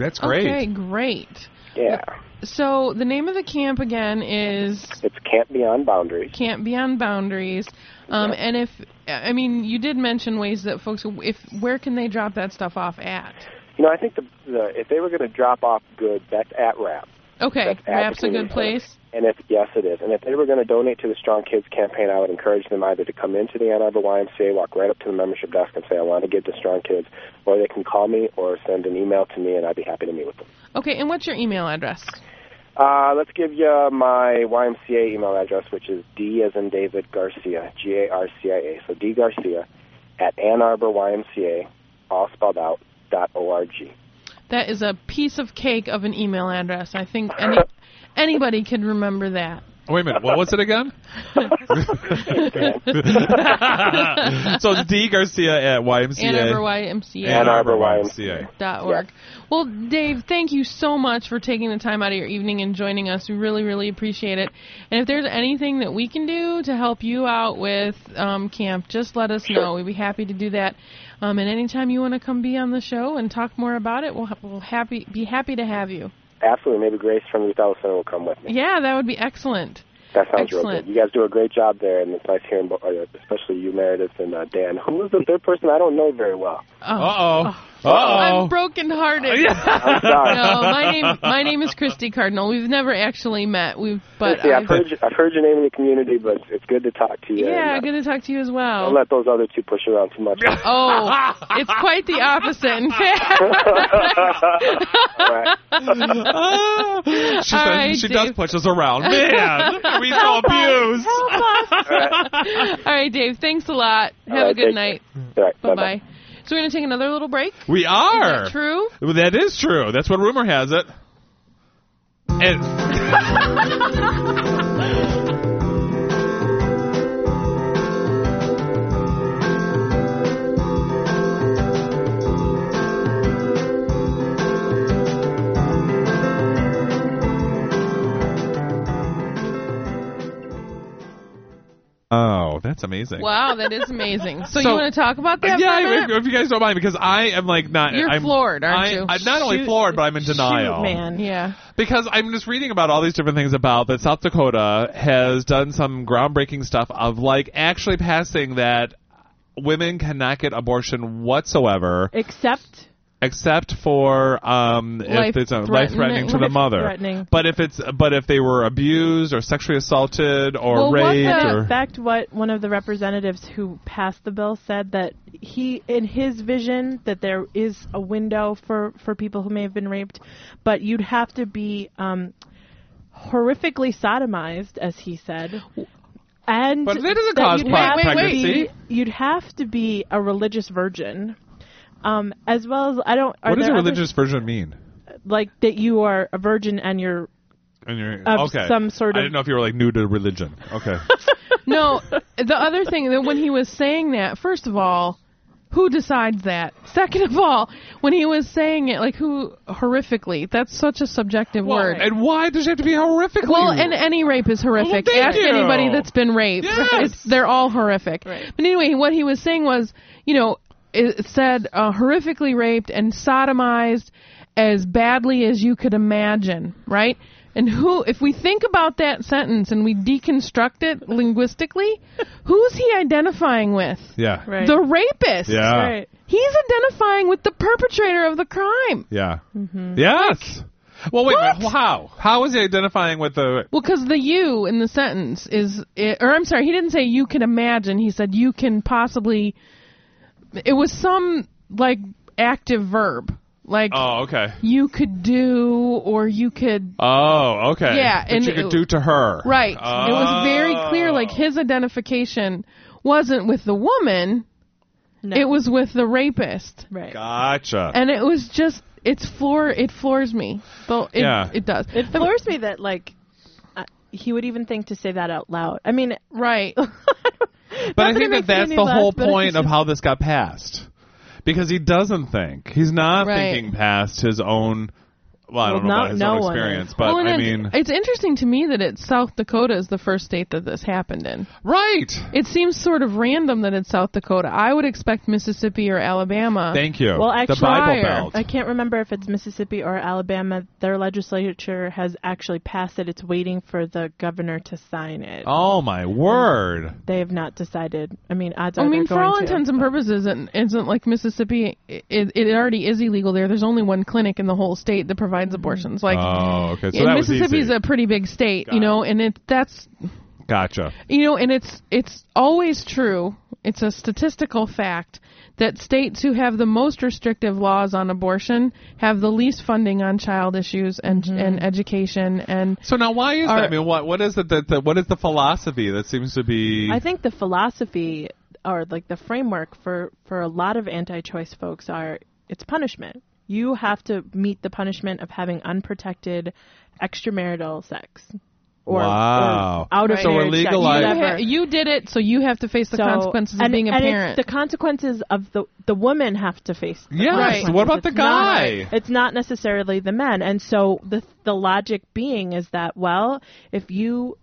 That's great. Okay, great. Yeah, So the name of the camp again is it's Camp Beyond Boundaries. Camp Beyond Boundaries. Um, And if I mean, you did mention ways that folks, if where can they drop that stuff off at? You know, I think the, the if they were going to drop off goods, that's at wrap. Okay, That's at the Rap's a good community center. place. And if yes, it is. And if they were going to donate to the Strong Kids campaign, I would encourage them either to come into the Ann Arbor YMCA, walk right up to the membership desk, and say, "I want to give to Strong Kids," or they can call me or send an email to me, and I'd be happy to meet with them. Okay, and what's your email address? Uh, let's give you my YMCA email address, which is D as in David Garcia, G A R C I A. So D Garcia at Ann Arbor YMCA, all spelled out, dot org. That is a piece of cake of an email address. I think any, anybody can remember that. Oh, Wait a minute. What was it again? so it's D Garcia at YMCA. Ann Arbor Ann YMCA. Ann Arbor Arbor YMCA. YMCA. Dot org. Well, Dave, thank you so much for taking the time out of your evening and joining us. We really, really appreciate it. And if there's anything that we can do to help you out with um, camp, just let us know. We'd be happy to do that. Um, and anytime you want to come be on the show and talk more about it, we'll, we'll happy be happy to have you. Absolutely. Maybe Grace from Ruth Ellison will come with me. Yeah, that would be excellent. That sounds real Excellent. good. You guys do a great job there, and it's nice hearing, bo- uh, especially you, Meredith, and uh, Dan. Who is the third person I don't know very well? Uh oh. I'm Uh oh. brokenhearted. I'm sorry. No, my name my name is Christy Cardinal. We've never actually met. We've but uh, Seriously, I've, I've- heard you, I've heard your name in the community, but it's, it's good to talk to you. yeah, and, uh, good to talk to you as well. Don't let those other two push you around too much. Oh, it's quite the opposite. In fact, All right. she says, All right, she does Dave. push us around. Man, look at we so abused. all right, Dave. Thanks a lot. Have right, a good take night. All right. Bye Bye-bye. bye. So we're gonna take another little break. Is We are. that true? Well, that is true. That's what rumor has it. And oh, that's amazing. Wow, that is amazing. So, you So- want to talk about that? for a yeah, minute? if, if you guys don't mind, because I am like not. You're I'm, floored, aren't I- you? I'm not only Shoot- floored, but I'm in shoot, denial man. yeah. because I'm just reading about all these different things about that South Dakota has done some groundbreaking stuff of like actually passing that women cannot get abortion whatsoever Except except for um if it's a life threatening to the Life-threatening. mother Life-threatening. but if it's but if they were abused or sexually assaulted or Well, what raped the- or In fact, what one of the representatives who passed the bill said that he, in his vision, that there is a window for for people who may have been raped, but you'd have to be um, horrifically sodomized, as he said. And But that doesn't that cause you'd pre- have to pregnancy. be- You'd have to be a religious virgin, um, as well as I don't. Are what does a there other- religious version mean like that? You are a virgin and you're And you're- Of okay some sort I of- didn't know if you were like new to religion okay No, the other thing that when he was saying that, first of all, who decides that? Second of all, when he was saying it, like who horrifically? That's such a subjective word. and why does it have to be horrifically well, and any rape is horrific. Well, thank Ask you. anybody that's been raped; Yes. It's- they're all horrific. But anyway, what he was saying was, you know, it said uh, horrifically raped and sodomized as badly as you could imagine, right? And who, if we think about that sentence and we deconstruct it linguistically, who's he identifying with? yeah right. The rapist. yeah right. He's identifying with the perpetrator of the crime. Yeah. Mm-hmm. Yes. Well, wait. a minute. How? How is he identifying with the? Well, because the you in the sentence is, or I'm sorry, he didn't say you can imagine. He said you can possibly. It was some like active verb. Like Oh, okay. you could do, or you could Oh, okay. Yeah, That and you could it- do to her. Right. It was very clear. Like Oh. his identification wasn't with the woman; No. it was with the rapist. right. Gotcha. And it was just it's floor. It floors me. Though it, Yeah. it does. It floors me that like uh, he would even think to say that out loud. I mean, Right. But Not I that think that it makes that's any the less, whole but it's point of just- how this got passed, because he doesn't think he's not Right. thinking past his own. Well, I Well, don't know not- about his no own one is. experience, but Well, and I it- mean, it's interesting to me that it's South Dakota is the first state that this happened in. right? It seems sort of random that it's South Dakota. I would expect Mississippi or Alabama. Thank you. Well, the actually- Bible Prior. Belt. I can't remember if it's Mississippi or Alabama. Their legislature has actually passed it. It's waiting for the governor to sign it. oh my word! They have not decided. I mean, odds are I mean, they're for all going to. intents and purposes, it isn't like Mississippi. It, it already is illegal there. There's only one clinic in the whole state that provides abortions. Like, oh, okay. So and that was Mississippi's easy. a pretty big state, Got you know, and it that's gotcha. you know, and it's it's always true. It's a statistical fact that states who have the most restrictive laws on abortion have the least funding on child issues and Mm-hmm. and education and So now, why is Are- that? I mean, what what is it that, that what is the philosophy that seems to be? I think the philosophy or like the framework for for a lot of anti-choice folks are it's punishment. You have to meet the punishment of having unprotected extramarital sex. Or, Wow. or out of Right. So we're marriage sex, legalized- you, whatever. ha- you did it, so you have to face the So- consequences of and- being a and it's parent. the consequences of the the women have to face. the Yes, consequences. what about the It's not- guy? it's not necessarily the men, and so the the logic being is that well, if you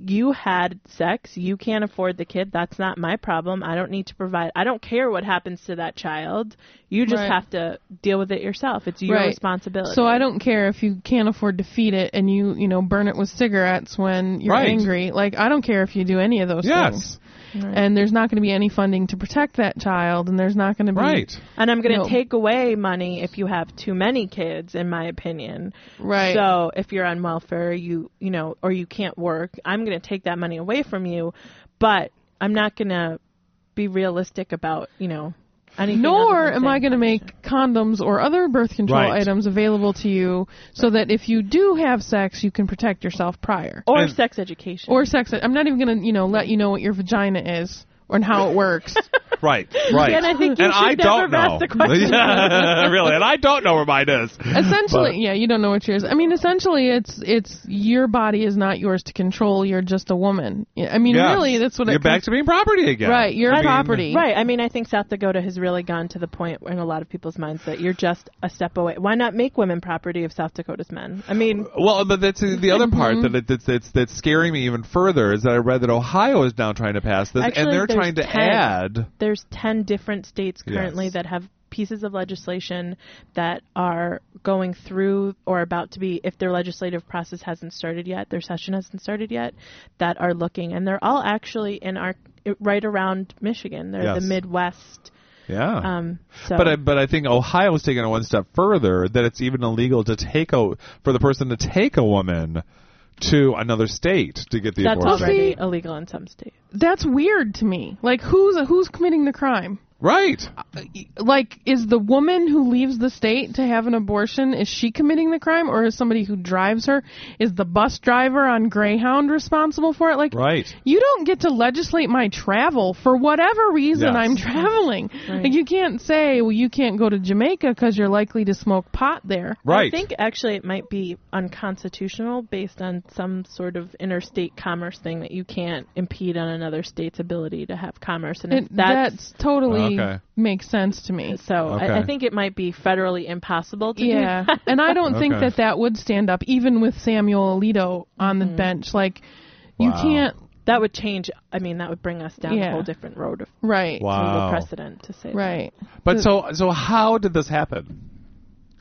you had sex, you can't afford the kid. That's not my problem. I don't need to provide. I don't care what happens to that child. You just Right. have to deal with it yourself. It's your Right. responsibility. So I don't care if you can't afford to feed it and you, you know, burn it with cigarettes when you're Right. angry. Like I don't care if you do any of those yes, things. And there's not going to be any funding to protect that child and there's not going to be right. And I'm going to No. take away money if you have too many kids, in my opinion. Right. So if you're on welfare, you you know, or you can't work, I'm going to take that money away from you, but I'm not going to be realistic about you know anything. Nor am I going to make condoms or other birth control Right. items available to you so that if you do have sex, you can protect yourself prior. or And- sex education Or sex. I'm not even going to, you know, let you know what your vagina is or how it works. Right, right. And I think you And should I don't never have asked know. the question. yeah, really. And I don't know where mine is. essentially, yeah, you don't know what yours. I mean, essentially, it's it's your body is not yours to control. You're just a woman. Yeah, I mean, Yes. really, that's what You're it back comes to being property again. Right, you're I mean, property. Right. I mean, I think South Dakota has really gone to the point in a lot of people's minds that you're just a step away. Why not make women property of South Dakota's men? I mean, Well, but that's uh, the other part that it, that's, that's that's scaring me even further is that I read that Ohio is now trying to pass this, and Actually, they're there's trying to 10. add. there's 10 different states currently Yes. that have pieces of legislation that are going through or about to be if their legislative process hasn't started yet their session hasn't started yet that are looking and they're all actually in our right around michigan they're Yes. the midwest Yeah. um so But I, but I think Ohio's taken it one step further that it's even illegal to take a for the person to take a woman to another state to get the that's abortion. already illegal in some states That's weird to me. Like, who's who's committing the crime? Right. Like, is the woman who leaves the state to have an abortion is she committing the crime, or is somebody who drives her? Is the bus driver on Greyhound responsible for it? Like, Right. you don't get to legislate my travel for whatever reason Yes. I'm traveling. Like you can't say, well, you can't go to Jamaica because you're likely to smoke pot there. Right. I think actually it might be unconstitutional based on some sort of interstate commerce thing that you can't impede on another state's ability to have commerce, and if It, that's totally Okay. makes sense to me. so. I, Okay. I think it might be federally impossible to Yeah, do. that. and I don't think Okay. that that would stand up, even with Samuel Alito Mm-hmm. on the bench. Like, you Wow. can't. That would change. I mean, that would bring us down Yeah. a whole different road of Right. Wow. legal precedent to say. that. Right. But so so how did this happen?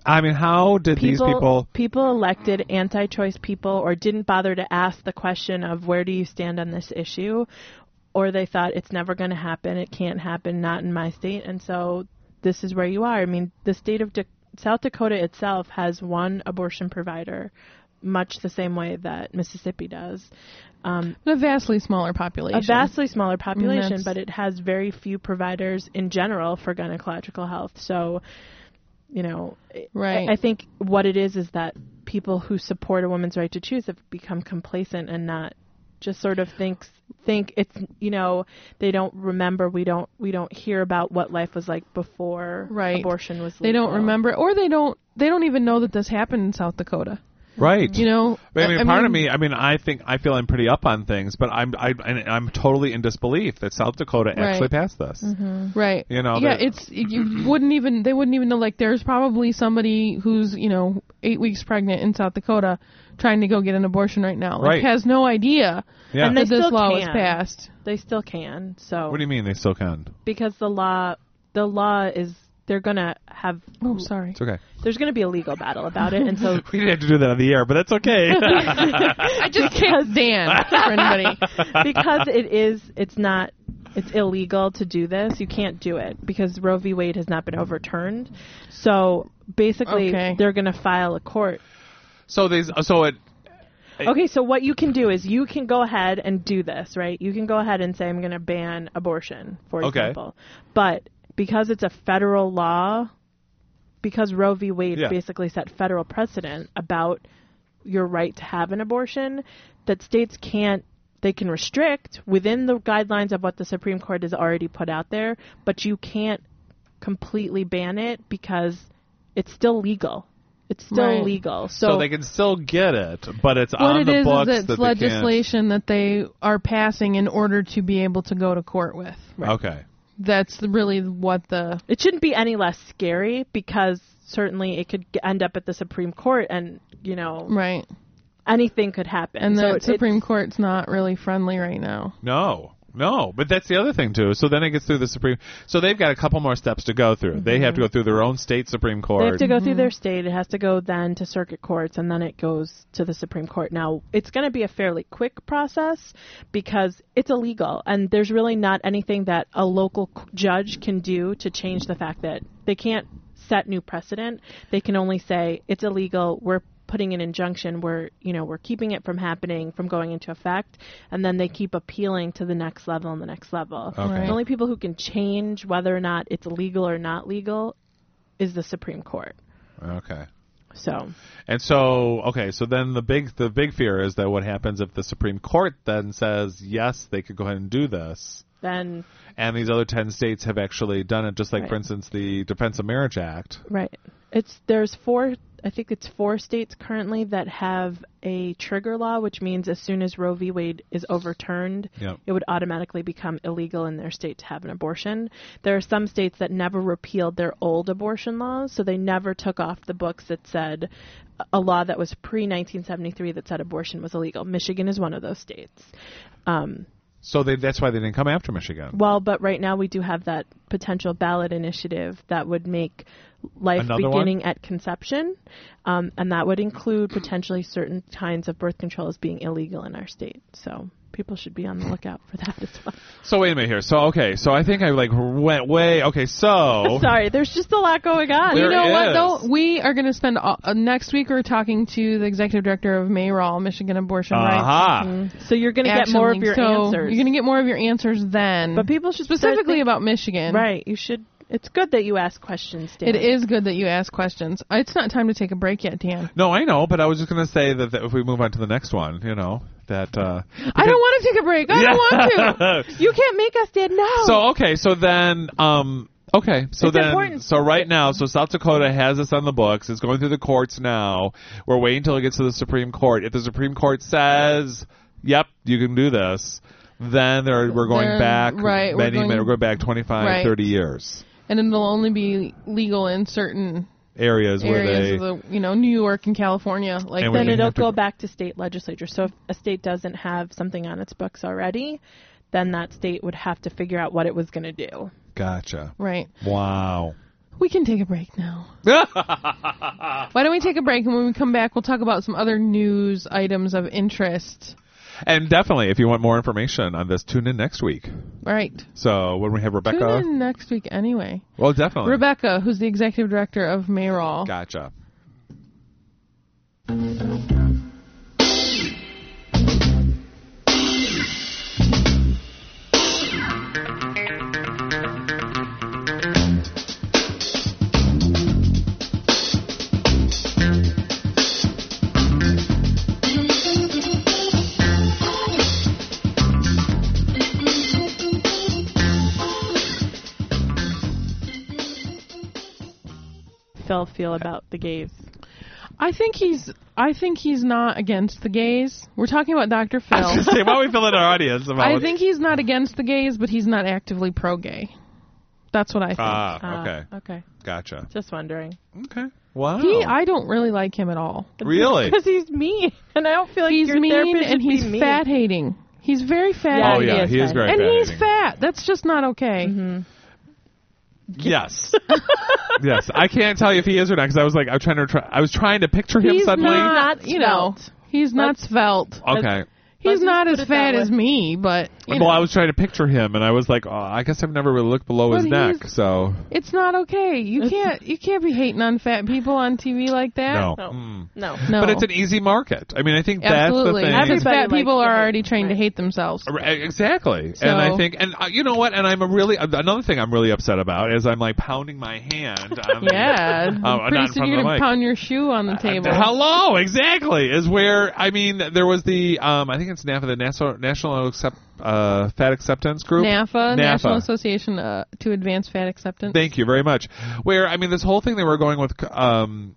I mean, how did these people? people elected anti-choice people or didn't bother to ask the question of where do you stand on this issue or they thought it's never going to happen it can't happen not in my state and so this is where you are i mean the state of Da- south dakota itself has one abortion provider much the same way that mississippi does um, But a vastly smaller population. a vastly smaller population, that's- but it has very few providers in general for gynecological health. So you know, I- Right. I, think what it is is that people who support a woman's right to choose have become complacent and not just sort of thinks think it's you know they don't remember we don't we don't hear about what life was like before Right. abortion was They don't legal. remember, or they don't. They don't even know that this happened in South Dakota. Right. You know, But, I mean, part of me. I mean, I think I feel I'm pretty up on things, but I'm I and I'm totally in disbelief that South Dakota actually Right. passed this. right? You know, yeah, that- it's you wouldn't even they wouldn't even know. Like, there's probably somebody who's you know eight weeks pregnant in South Dakota trying to go get an abortion right now. Like, Right. has no idea Yeah. And that they this still law was can. passed. they still can so What do you mean they still can? because the law the law is they're gonna have Oh, I'm sorry. It's okay. there's gonna be a legal battle about it and so We didn't have to do that on the air, but that's okay. I just kicked Dan for anybody. because it is it's not it's illegal to do this you can't do it because roe v wade has not been overturned so basically Okay. they're going to file a court so these. So it. okay so what you can do is you can go ahead and do this right you can go ahead and say i'm going to ban abortion for Okay. example but because it's a federal law because roe v wade Yeah. basically set federal precedent about your right to have an abortion that states can't they can restrict within the guidelines of what the Supreme Court has already put out there, but you can't completely ban it because it's still legal. It's still Right. legal. So, So, they can still get it, but it's What on it the is books is that it's they can't- legislation that they are passing in order to be able to go to court with. Okay. That's really what the it shouldn't be any less scary because certainly it could g- end up at the Supreme Court and, you know, right. anything could happen. And so the it's- Supreme Court's not really friendly right now. No, no. But that's the other thing too. So then it gets through the Supreme. So they've got a couple more steps to go through. They have to go through their own state Supreme Court. They have to go through their state. It has to go then to circuit courts, and then it goes to the Supreme Court. Now, it's going to be a fairly quick process because it's illegal, and there's really not anything that a local c- judge can do to change the fact that they can't set new precedent. They can only say it's illegal. We're putting an injunction we're you know we're keeping it from happening from going into effect and then they keep appealing to the next level and the next level Okay. the only people who can change whether or not it's legal or not legal is the Supreme Court. Okay. So And so, okay, so then the big the big fear is that what happens if the Supreme Court then says yes, they could go ahead and do this, then, and these other ten states have actually done it, just like for Right. instance the Defense of Marriage Act. right? It's there's four. I think it's four states currently that have a trigger law, which means as soon as Roe v. Wade is overturned, Yep. it would automatically become illegal in their state to have an abortion. There are some states that never repealed their old abortion laws, so they never took off the books that said a law that was pre 1973 that said abortion was illegal. Michigan is one of those states. Um, So they, that's why they didn't come after Michigan. Well, but right now we do have that potential ballot initiative that would make life Another one? beginning at conception, um, and that would include potentially certain kinds of birth control as being illegal in our state. So people should be on the lookout for that as well. So wait a minute here. So okay, so I think I like went way. Okay, so Sorry, there's just a lot going on. There you know is. what though? We are going to spend all, uh, next week. We're talking to the executive director of Mayrol, Michigan Abortion Rights. aha. Mm-hmm. so you're going to get Action more Link. of your so answers. You're going to get more of your answers then. but people should start specifically think- about Michigan. right. You should. It's good that you ask questions, Dan. It is good that you ask questions. It's not time to take a break yet, Dan. No, I know, but I was just gonna say that, that if we move on to the next one, you know that. Uh, I don't want to take a break. I don't want to. You can't make us, Dan. No. Oh. So okay, so then um okay, so It's then important. so right now, so South Dakota has this on the books. It's going through the courts now. We're waiting until it gets to the Supreme Court. If the Supreme Court says, "Yep, you can do this," then there, we're going Then, back right, we're many going- we're going back 25, Right. 30 years. And it'll only be legal in certain Areas, where areas they of the, you know, New York and California. Like And we then you it'll have to- go back to state legislature. So if a state doesn't have something on its books already, then that state would have to figure out what it was going to do. gotcha. right. Wow. We can take a break now. Why don't we take a break and when we come back, we'll talk about some other news items of interest. And definitely, if you want more information on this, tune in next week. Right. So when we have Rebecca, Tune in next week anyway. well, definitely Rebecca, who's the executive director of Mayrol. Gotcha. Phil feel about the gays? I think he's. I think he's not against the gays. We're talking about Dr. Phil. I was just saying, why don't we fill in our audience? About I think he's not against the gays, but he's not actively pro-gay. That's what I think. Ah, Ah, okay, Oh. Okay. gotcha. Just wondering. Okay, wow. He, I don't really like him at all. really? Because he's mean, and I don't feel like He's your mean therapist and should he's be mean. fat hating. He's very fat. Yeah, oh he yeah, is he is fat. very and fat. he's isn't he? fat. That's just not okay. Mm-hmm. Yes. yes. I can't tell you if he is or not because I was like, I'm trying to. Try, I was trying to picture him He's suddenly. not, He's not you know, svelte. he's not svelte. okay. let's He's not just as put it that fat as way. me, but you Well, know, I was trying to picture him, and I was like, oh, I guess I've never really looked below But his he's- neck. So it's not okay. You can't, you can't be hating on fat people on TV like that. no. No. Hmm. Mm. No. No. But it's an easy market. I mean, I think Absolutely. that's the Because thing. Everybody fat people likes to are hate. already trained to Right. hate themselves. Right, Exactly, and I So- think, and uh, you know what? And I'm a really another thing I'm really upset about is I'm like pounding my hand. On the- Yeah. Oh, not in Pretty soon front of you're the gonna mic. Uh, pound your shoe on the table. Hello, exactly is where I mean there was the um I think it's NAFA the National National Accept, uh, Fat Acceptance Group NAFA, National Association uh, to Advance Fat Acceptance. Thank you very much. Where I mean this whole thing they were going with um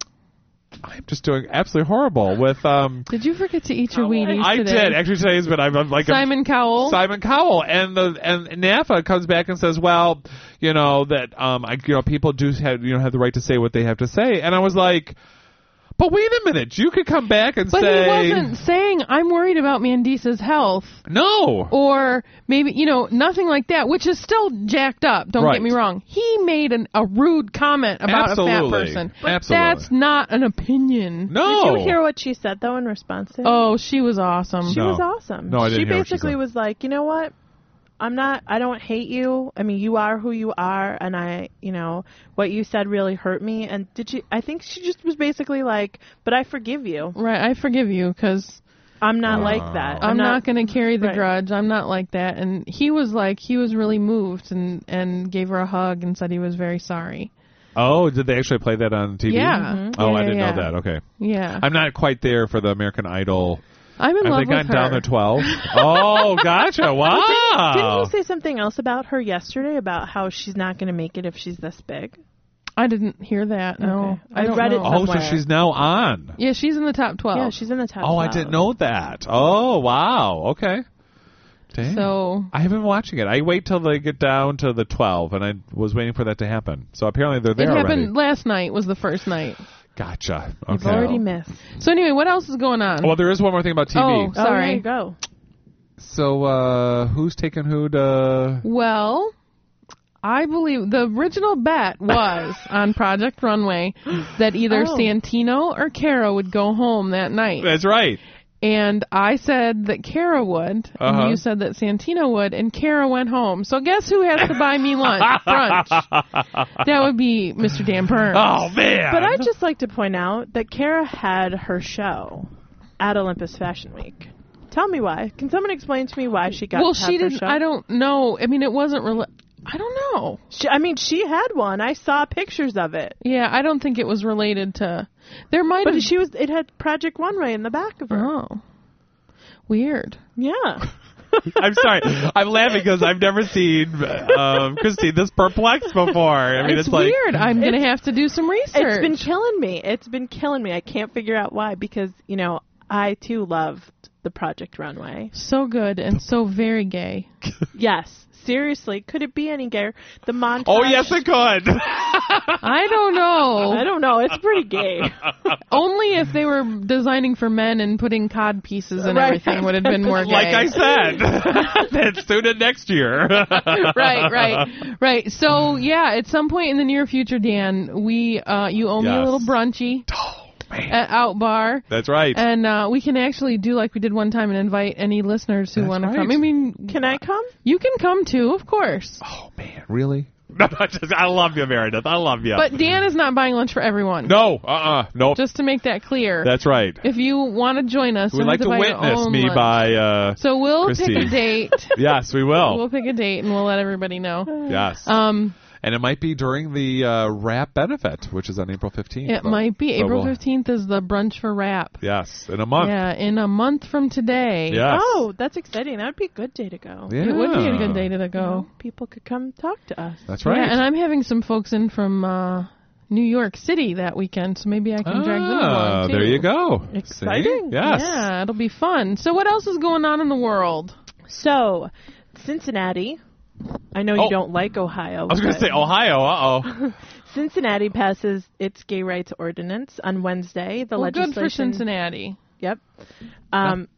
I'm just doing absolutely horrible with um Did you forget to eat your Wheaties I today? did actually today's but I'm, I'm like a- Simon Cowell. Simon Cowell and the and NAFA comes back and says, well, you know that um I, you know people do have you know have the right to say what they have to say, and I was like, but wait a minute, you could come back and but say he wasn't saying I'm worried about Mandisa's health no, Oh, or maybe you know nothing like that, which is still jacked up. Don't Right. get me wrong. He made an, a rude comment about a fat Absolutely. person. But- Absolutely. That's not an opinion. no. Did you hear what she said though in response to? it? Oh, she was awesome. she No. was awesome. No, I didn't She hear what she basically said. was like, you know what? I'm not. I don't hate you. I mean, you are who you are, and I, you know, what you said really hurt me. And did you? I think she just was basically like, but I forgive you. Right, I forgive you because I'm not Wow. like Oh. that. I'm not, going to carry the Right. grudge. I'm not like that. And he was like, he was really moved and and gave her a hug and said he was very sorry. Oh, did they actually play that on TV? Yeah. Oh, Yeah, I didn't yeah, know that. Okay. Yeah, I'm not quite there for the American Idol. I'm in Have love they gotten with down her. to 12? oh, gotcha. Didn't Wow. you say something else about her yesterday about how she's not going to make it if she's this big? I didn't hear that. No, Okay. I, I don't read it know. Oh, so somewhere? she's now on. Yeah, she's in the top twelve. Yeah, she's in the top. Oh, I 12. didn't know that. Oh, wow. Okay. Dang. so I haven't been watching it. I wait till they get down to the 12, and I was waiting for that to happen. So apparently they're it there already. happened last night. Was the first night. Gotcha. You've Okay. already missed. So anyway, what else is going on? Well, there is one more thing about TV. Oh. Sorry. Oh, there you go. So uh, who's taking who to? Well, I believe the original bet was on Project Runway that either Oh. Santino or Kara would go home that night. That's right. And I said that Kara would, Uh-huh. and you said that Santino would, and Kara went home. So guess who has to buy me lunch, brunch? That would be Mr. Dan Burns. Oh man. But I'd just like to point out that Kara had her show at Olympus Fashion Week. Tell me why. Can someone explain to me why she got well, to have she her didn't. show? I don't know. I mean, it wasn't really. I don't know. She, I mean, she had one. I saw pictures of it. Yeah, I don't think it was related to. There might But have. she was. It had Project Runway in the back of her. oh, weird. Yeah. I'm sorry. I'm laughing because I've never seen um, Christine this perplexed before. I mean, it's, it's, like weird. I'm gonna have to do some research. It's been killing me. It's been killing me. I can't figure out why because you know I too loved the Project Runway. so good and so very gay. Yes, seriously, could it be any gayer? The montage. oh yes, it could. I I don't know. don't know. It's pretty gay. Only if they were designing for men and putting cod pieces and Right. everything would have been more gay. like I said, that's student next year. right, right, right. So Hmm. yeah, at some point in the near future, Dan, we uh, you owe me a Yes. little brunchy at Out Bar. that's right. And Oh, uh, we can actually do like we did one time and invite any listeners who That's want to right. come. I mean, Can I come? you can come too, of course. oh man, really? No, no, just, I love you, Meredith. I love you. But Dan is not buying lunch for everyone. no, uh, uh nope. Just to make that clear. that's right. if you want to join us, We'd you'll like have to buy your witness own me lunch. by. Uh, So we'll pick Christine. a date. yes, we will. we'll pick a date and we'll let everybody know. yes. Um, and it might be during the uh, rap benefit, which is on April 15th. it So- might be so April we'll- 15th is the brunch for rap. Yes, in a month. Yeah, in a month from today. Yes. Oh, that's exciting. That would be a good day to go. Yeah. It would be a good day to go. People could come talk to us. That's right. Yeah, and I'm having some folks in from uh, New York City that weekend, so maybe I can drag them Ah, along. Too. there you go. See? Exciting. Yes. Yeah, it'll be fun. So what else is going on in the world? So, Cincinnati. I know Oh. you don't like Ohio. I was going to but say Ohio. Uh oh. Cincinnati passes its gay rights ordinance on Wednesday. The Well, legislation. good for Cincinnati. Yep. Um,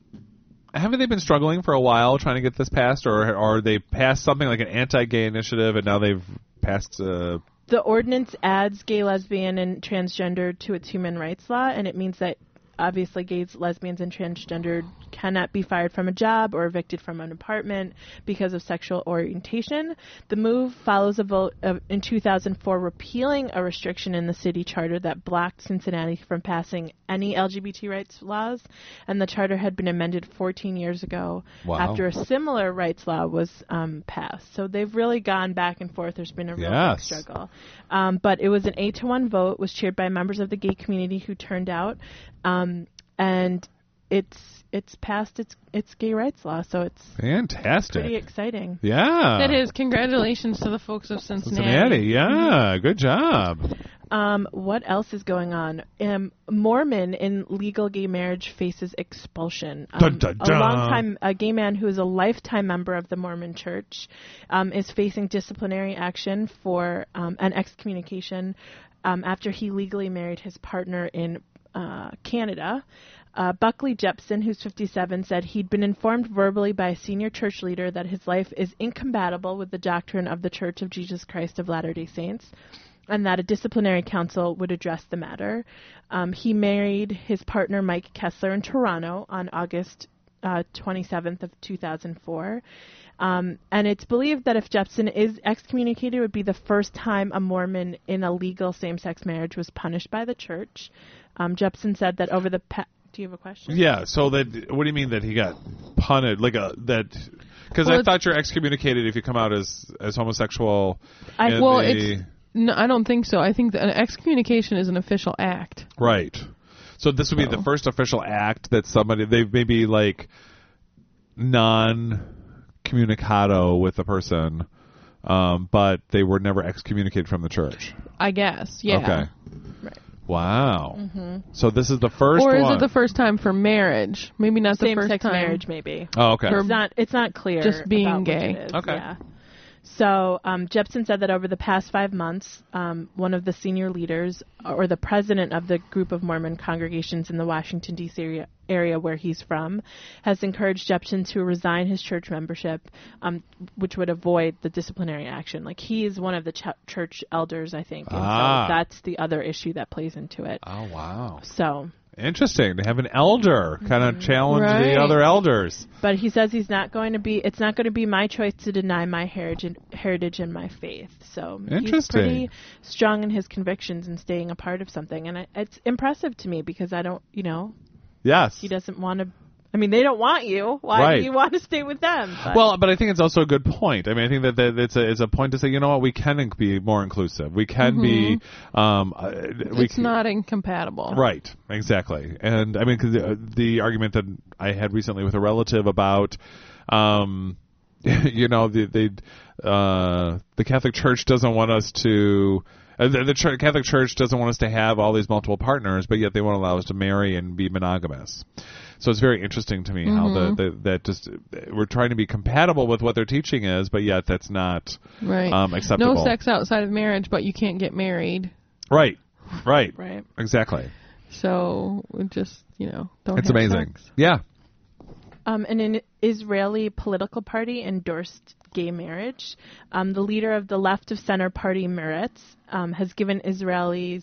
Haven't they been struggling for a while trying to get this passed, or or they passed something like an anti-gay initiative, and now they've passed? Uh, The ordinance adds gay, lesbian, and transgender to its human rights law, and it means that obviously gays, lesbians, and transgendered cannot be fired from a job or evicted from an apartment because of sexual orientation. The move follows a vote of, in 2004 repealing a restriction in the city charter that blocked Cincinnati from passing any LGBT rights laws, and the charter had been amended 14 years ago Wow. after a similar rights law was um, passed. So they've really gone back and forth. There's been a real big Yes. struggle. Um, but it was an eight to one vote. Was cheered by members of the gay community who turned out, um, and it's it's passed its its gay rights law. So it's fantastic. pretty exciting. yeah. That is Mm-hmm. congratulations to the folks of Cincinnati. Cincinnati. Yeah. Good job. Um, what else is going on? Um, Mormon in legal gay marriage faces expulsion. Um, Dun, dun, dun. A longtime a gay man who is a lifetime member of the Mormon Church um, is facing disciplinary action for um, an excommunication um, after he legally married his partner in uh, Canada. Uh, Buckley Jepson, who's 57, said he'd been informed verbally by a senior church leader that his life is incompatible with the doctrine of the Church of Jesus Christ of Latter day Saints and that a disciplinary council would address the matter. Um, he married his partner Mike Kessler in Toronto on August uh, 27th of 2004. Um, and it's believed that if Jepson is excommunicated, it would be the first time a Mormon in a legal same-sex marriage was punished by the church. Um, Jepson said that over the pa- do you have a question? Yeah. So that. What do you mean that he got punted? Like a that. Because Well, I thought you're excommunicated if you come out as as homosexual. I- in Well, the- it's no, I don't think so. I think that an excommunication is an official act. Right. So this would be the first official act that somebody they've maybe like non communicado with the person, um, but they were never excommunicated from the church. I guess. Yeah. Mm-hmm. Okay. Wow. So this is the first Or is one. it the first time for marriage? Maybe not the first Same-sex time. marriage, maybe. oh, okay. for- It's not. It's not clear. Just being about which gay. it is, Okay. Yeah. So um, Jepson said that over the past five months, um, one of the senior leaders uh, or the president of the group of Mormon congregations in the Washington D.C. area, area where he's from, has encouraged Jepson to resign his church membership, um, which would avoid the disciplinary action. Like he is one of the ch- church elders, I think. And Ah. So that's the other issue that plays into it. Oh wow! So Interesting to have an elder kind of challenge Mm-hmm. Right. the other elders. But he says he's not going to be. It's not going to be my choice to deny my heritage, heritage and my faith. So he's Interesting. pretty strong in his convictions and staying a part of something, and it, it's impressive to me because I don't, you know, Yes. he doesn't want to. I mean, they don't want you. Why Right. do you want to stay with them? But- Well, but I think it's also a good point. I mean, I think that, that it's a it's a point to say, you know what, we can inc- be more inclusive. We can be. Um, uh, we Mm-hmm. It's can, not incompatible. Right, exactly. And I mean, 'cause the, uh, the argument that I had recently with a relative about, um, you know, the they, uh, the Catholic Church doesn't want us to. Uh, the, the church, Catholic Church doesn't want us to have all these multiple partners, but yet they won't allow us to marry and be monogamous. So it's very interesting to me how the, the Mm-hmm. that just we're trying to be compatible with what their teaching is, but yet that's not Right. Um, acceptable. No sex outside of marriage, but you can't get married. right. Right. right. Exactly. So we just you know, don't. It's have amazing. sex. Yeah. Um, and an Israeli political party endorsed gay marriage. Um, the leader of the left of center party, Meretz, um, has given Israelis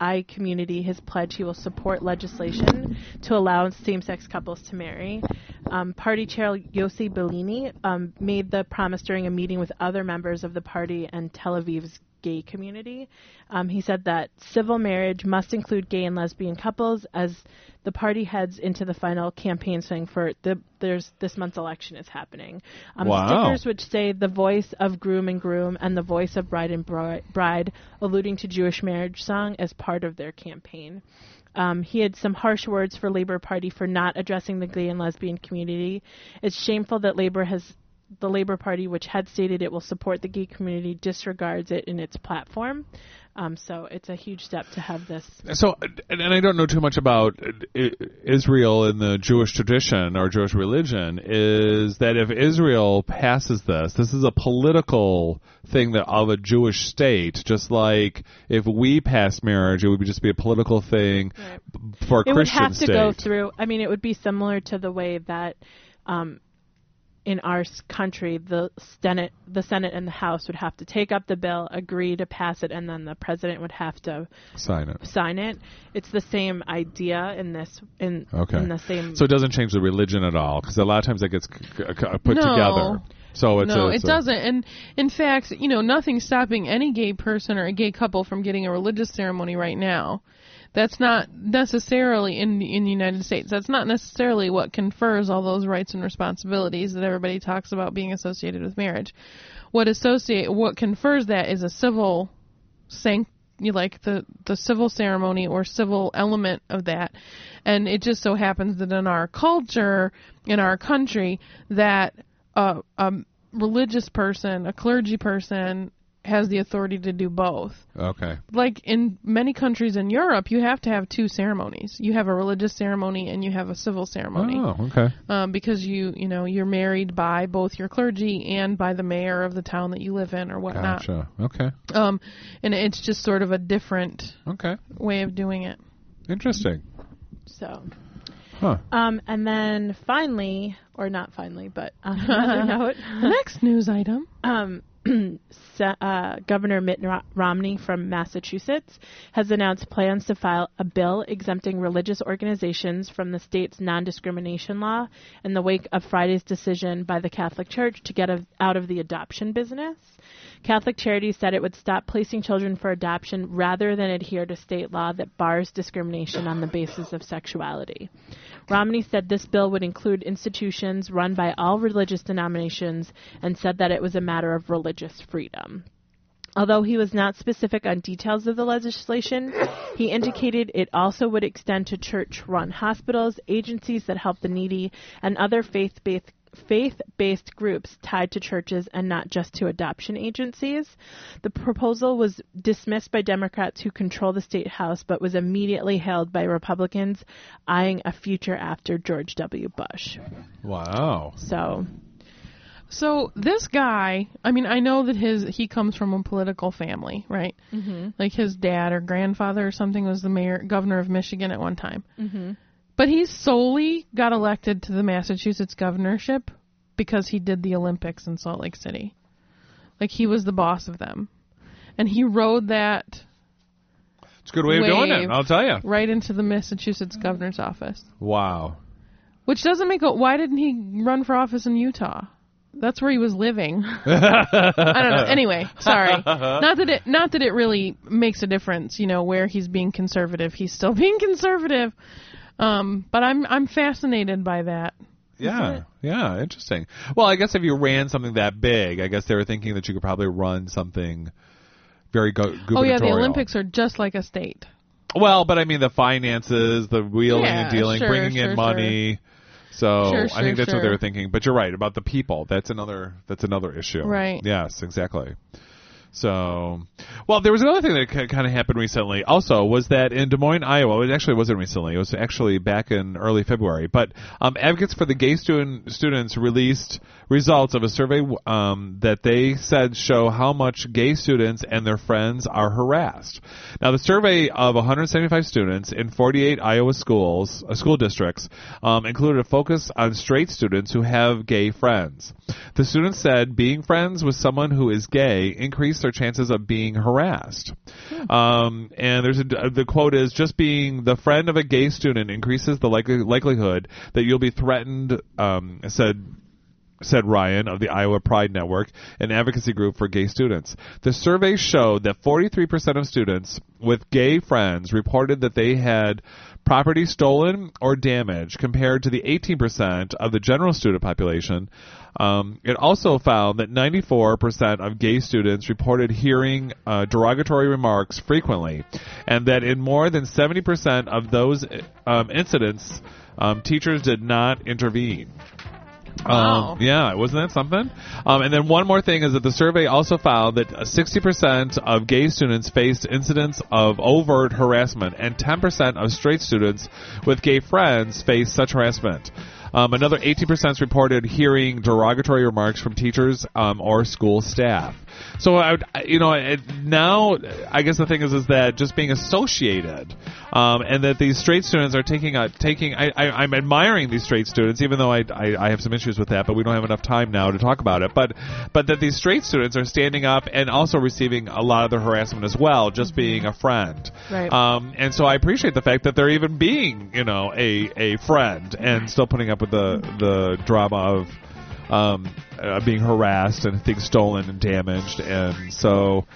I community his pledge he will support legislation to allow same-sex couples to marry. Um, party chair Yossi Bellini um, made the promise during a meeting with other members of the party and Tel Aviv's gay community. Um, he said that civil marriage must include gay and lesbian couples as the party heads into the final campaign swing for the there's this month's election is happening. Um, Wow. Stickers which say the voice of groom and groom and the voice of bride and bri- bride, alluding to Jewish marriage song as part of their campaign. Um, he had some harsh words for Labor Party for not addressing the gay and lesbian community. It's shameful that Labor has the Labor Party, which had stated it will support the gay community, disregards it in its platform. Um, so it's a huge step to have this. So, and, and I don't know too much about uh, Israel and the Jewish tradition or Jewish religion. Is that if Israel passes this, this is a political thing that of a Jewish state, just like if we pass marriage, it would just be a political thing for a Christian It would have to state. go through. I mean, it would be similar to the way that. Um, in our s- country, the Senate, the Senate and the House would have to take up the bill, agree to pass it, and then the president would have to Sign it. sign it. It's the same idea in this in Okay. in the same. So it doesn't change the religion at all, because a lot of times that gets c- c- c- uh, put No. together. So it's a, no, it's a- it doesn't. And in fact, you know, nothing's stopping any gay person or a gay couple from getting a religious ceremony right now. That's not necessarily in in the United States. That's not necessarily what confers all those rights and responsibilities that everybody talks about being associated with marriage. What associate what confers that is a civil sanct you like the the civil ceremony or civil element of that and it just so happens that in our culture in our country that a, a religious person a clergy person has the authority to do both Okay. like in many countries in Europe you have to have two ceremonies you have a religious ceremony and you have a civil ceremony Oh, okay. um, because you you know you're married by both your clergy and by the mayor of the town that you live in or whatnot Gotcha. Okay. um, and it's just sort of a different Okay. way of doing it. Interesting. so. Huh. Um, and then finally, or not finally, but on another note, Next news item. um, se- uh, Governor Mitt Ro- Romney from Massachusetts has announced plans to file a bill exempting religious organizations from the state's non discrimination law in the wake of Friday's decision by the Catholic Church to get a- out of the adoption business. Catholic Charities said it would stop placing children for adoption rather than adhere to state law that bars discrimination on the basis of sexuality. Romney said this bill would include institutions run by all religious denominations and said that it was a matter of religious freedom. Although he was not specific on details of the legislation, he indicated it also would extend to church run hospitals, agencies that help the needy, and other faith based faith based groups tied to churches and not just to adoption agencies. The proposal was dismissed by Democrats who control the state house but was immediately hailed by Republicans eyeing a future after George W. Bush. Wow. So So this guy, I mean, I know that his he comes from a political family, right? Mm-hmm. Like his dad or grandfather or something was the mayor, governor of Michigan at one time. Mm-hmm. But he solely got elected to the Massachusetts governorship because he did the Olympics in Salt Lake City. Like he was the boss of them, and he rode that It's a good way of doing it. Wave. I'll tell you. right into the Massachusetts governor's office. Wow. Which doesn't make a. Why didn't he run for office in Utah? That's where he was living. I don't know. Anyway, sorry. Not that it not that it really makes a difference, you know, where he's being conservative. He's still being conservative. Um, but I'm I'm fascinated by that. Yeah. Yeah. Interesting. Well, I guess if you ran something that big, I guess they were thinking that you could probably run something very go- gubernatorial. Oh yeah, the Olympics are just like a state. Well, but I mean the finances, the wheeling Yeah, and dealing, sure, bringing sure, in money. So Sure, I think sure, that's what they sure. were thinking. But you're right about the people. That's another. That's another issue. Right. Yes. Exactly. So, well, there was another thing that kind of happened recently. Also, was that in Des Moines, Iowa? It actually wasn't recently. It was actually back in early February. But um, advocates for the gay student students released results of a survey um, that they said show how much gay students and their friends are harassed. Now, the survey of 175 students in 48 Iowa schools, uh, school districts, um, included a focus on straight students who have gay friends. The students said being friends with someone who is gay increased their chances of being harassed. Um, and there's a, the quote is just being the friend of a gay student increases the likely, likelihood that you'll be threatened, um, said said Ryan of the Iowa Pride Network, an advocacy group for gay students. The survey showed that 43% of students with gay friends reported that they had property stolen or damaged compared to the 18% of the general student population. Um, it also found that 94% of gay students reported hearing uh, derogatory remarks frequently, and that in more than 70% of those um, incidents, um, teachers did not intervene. Um, yeah, wasn't that something? Um, and then one more thing is that the survey also found that uh, 60% of gay students faced incidents of overt harassment, and 10% of straight students with gay friends faced such harassment. Um, another 18% reported hearing derogatory remarks from teachers um, or school staff. So I would, you know, it, now I guess the thing is, is that just being associated, um, and that these straight students are taking a taking. I, I, I'm admiring these straight students, even though I, I I have some issues with that, but we don't have enough time now to talk about it. But but that these straight students are standing up and also receiving a lot of the harassment as well, just being a friend. Right. Um, and so I appreciate the fact that they're even being, you know, a a friend and still putting up with the the drama of um, uh, being harassed and things stolen and damaged. And so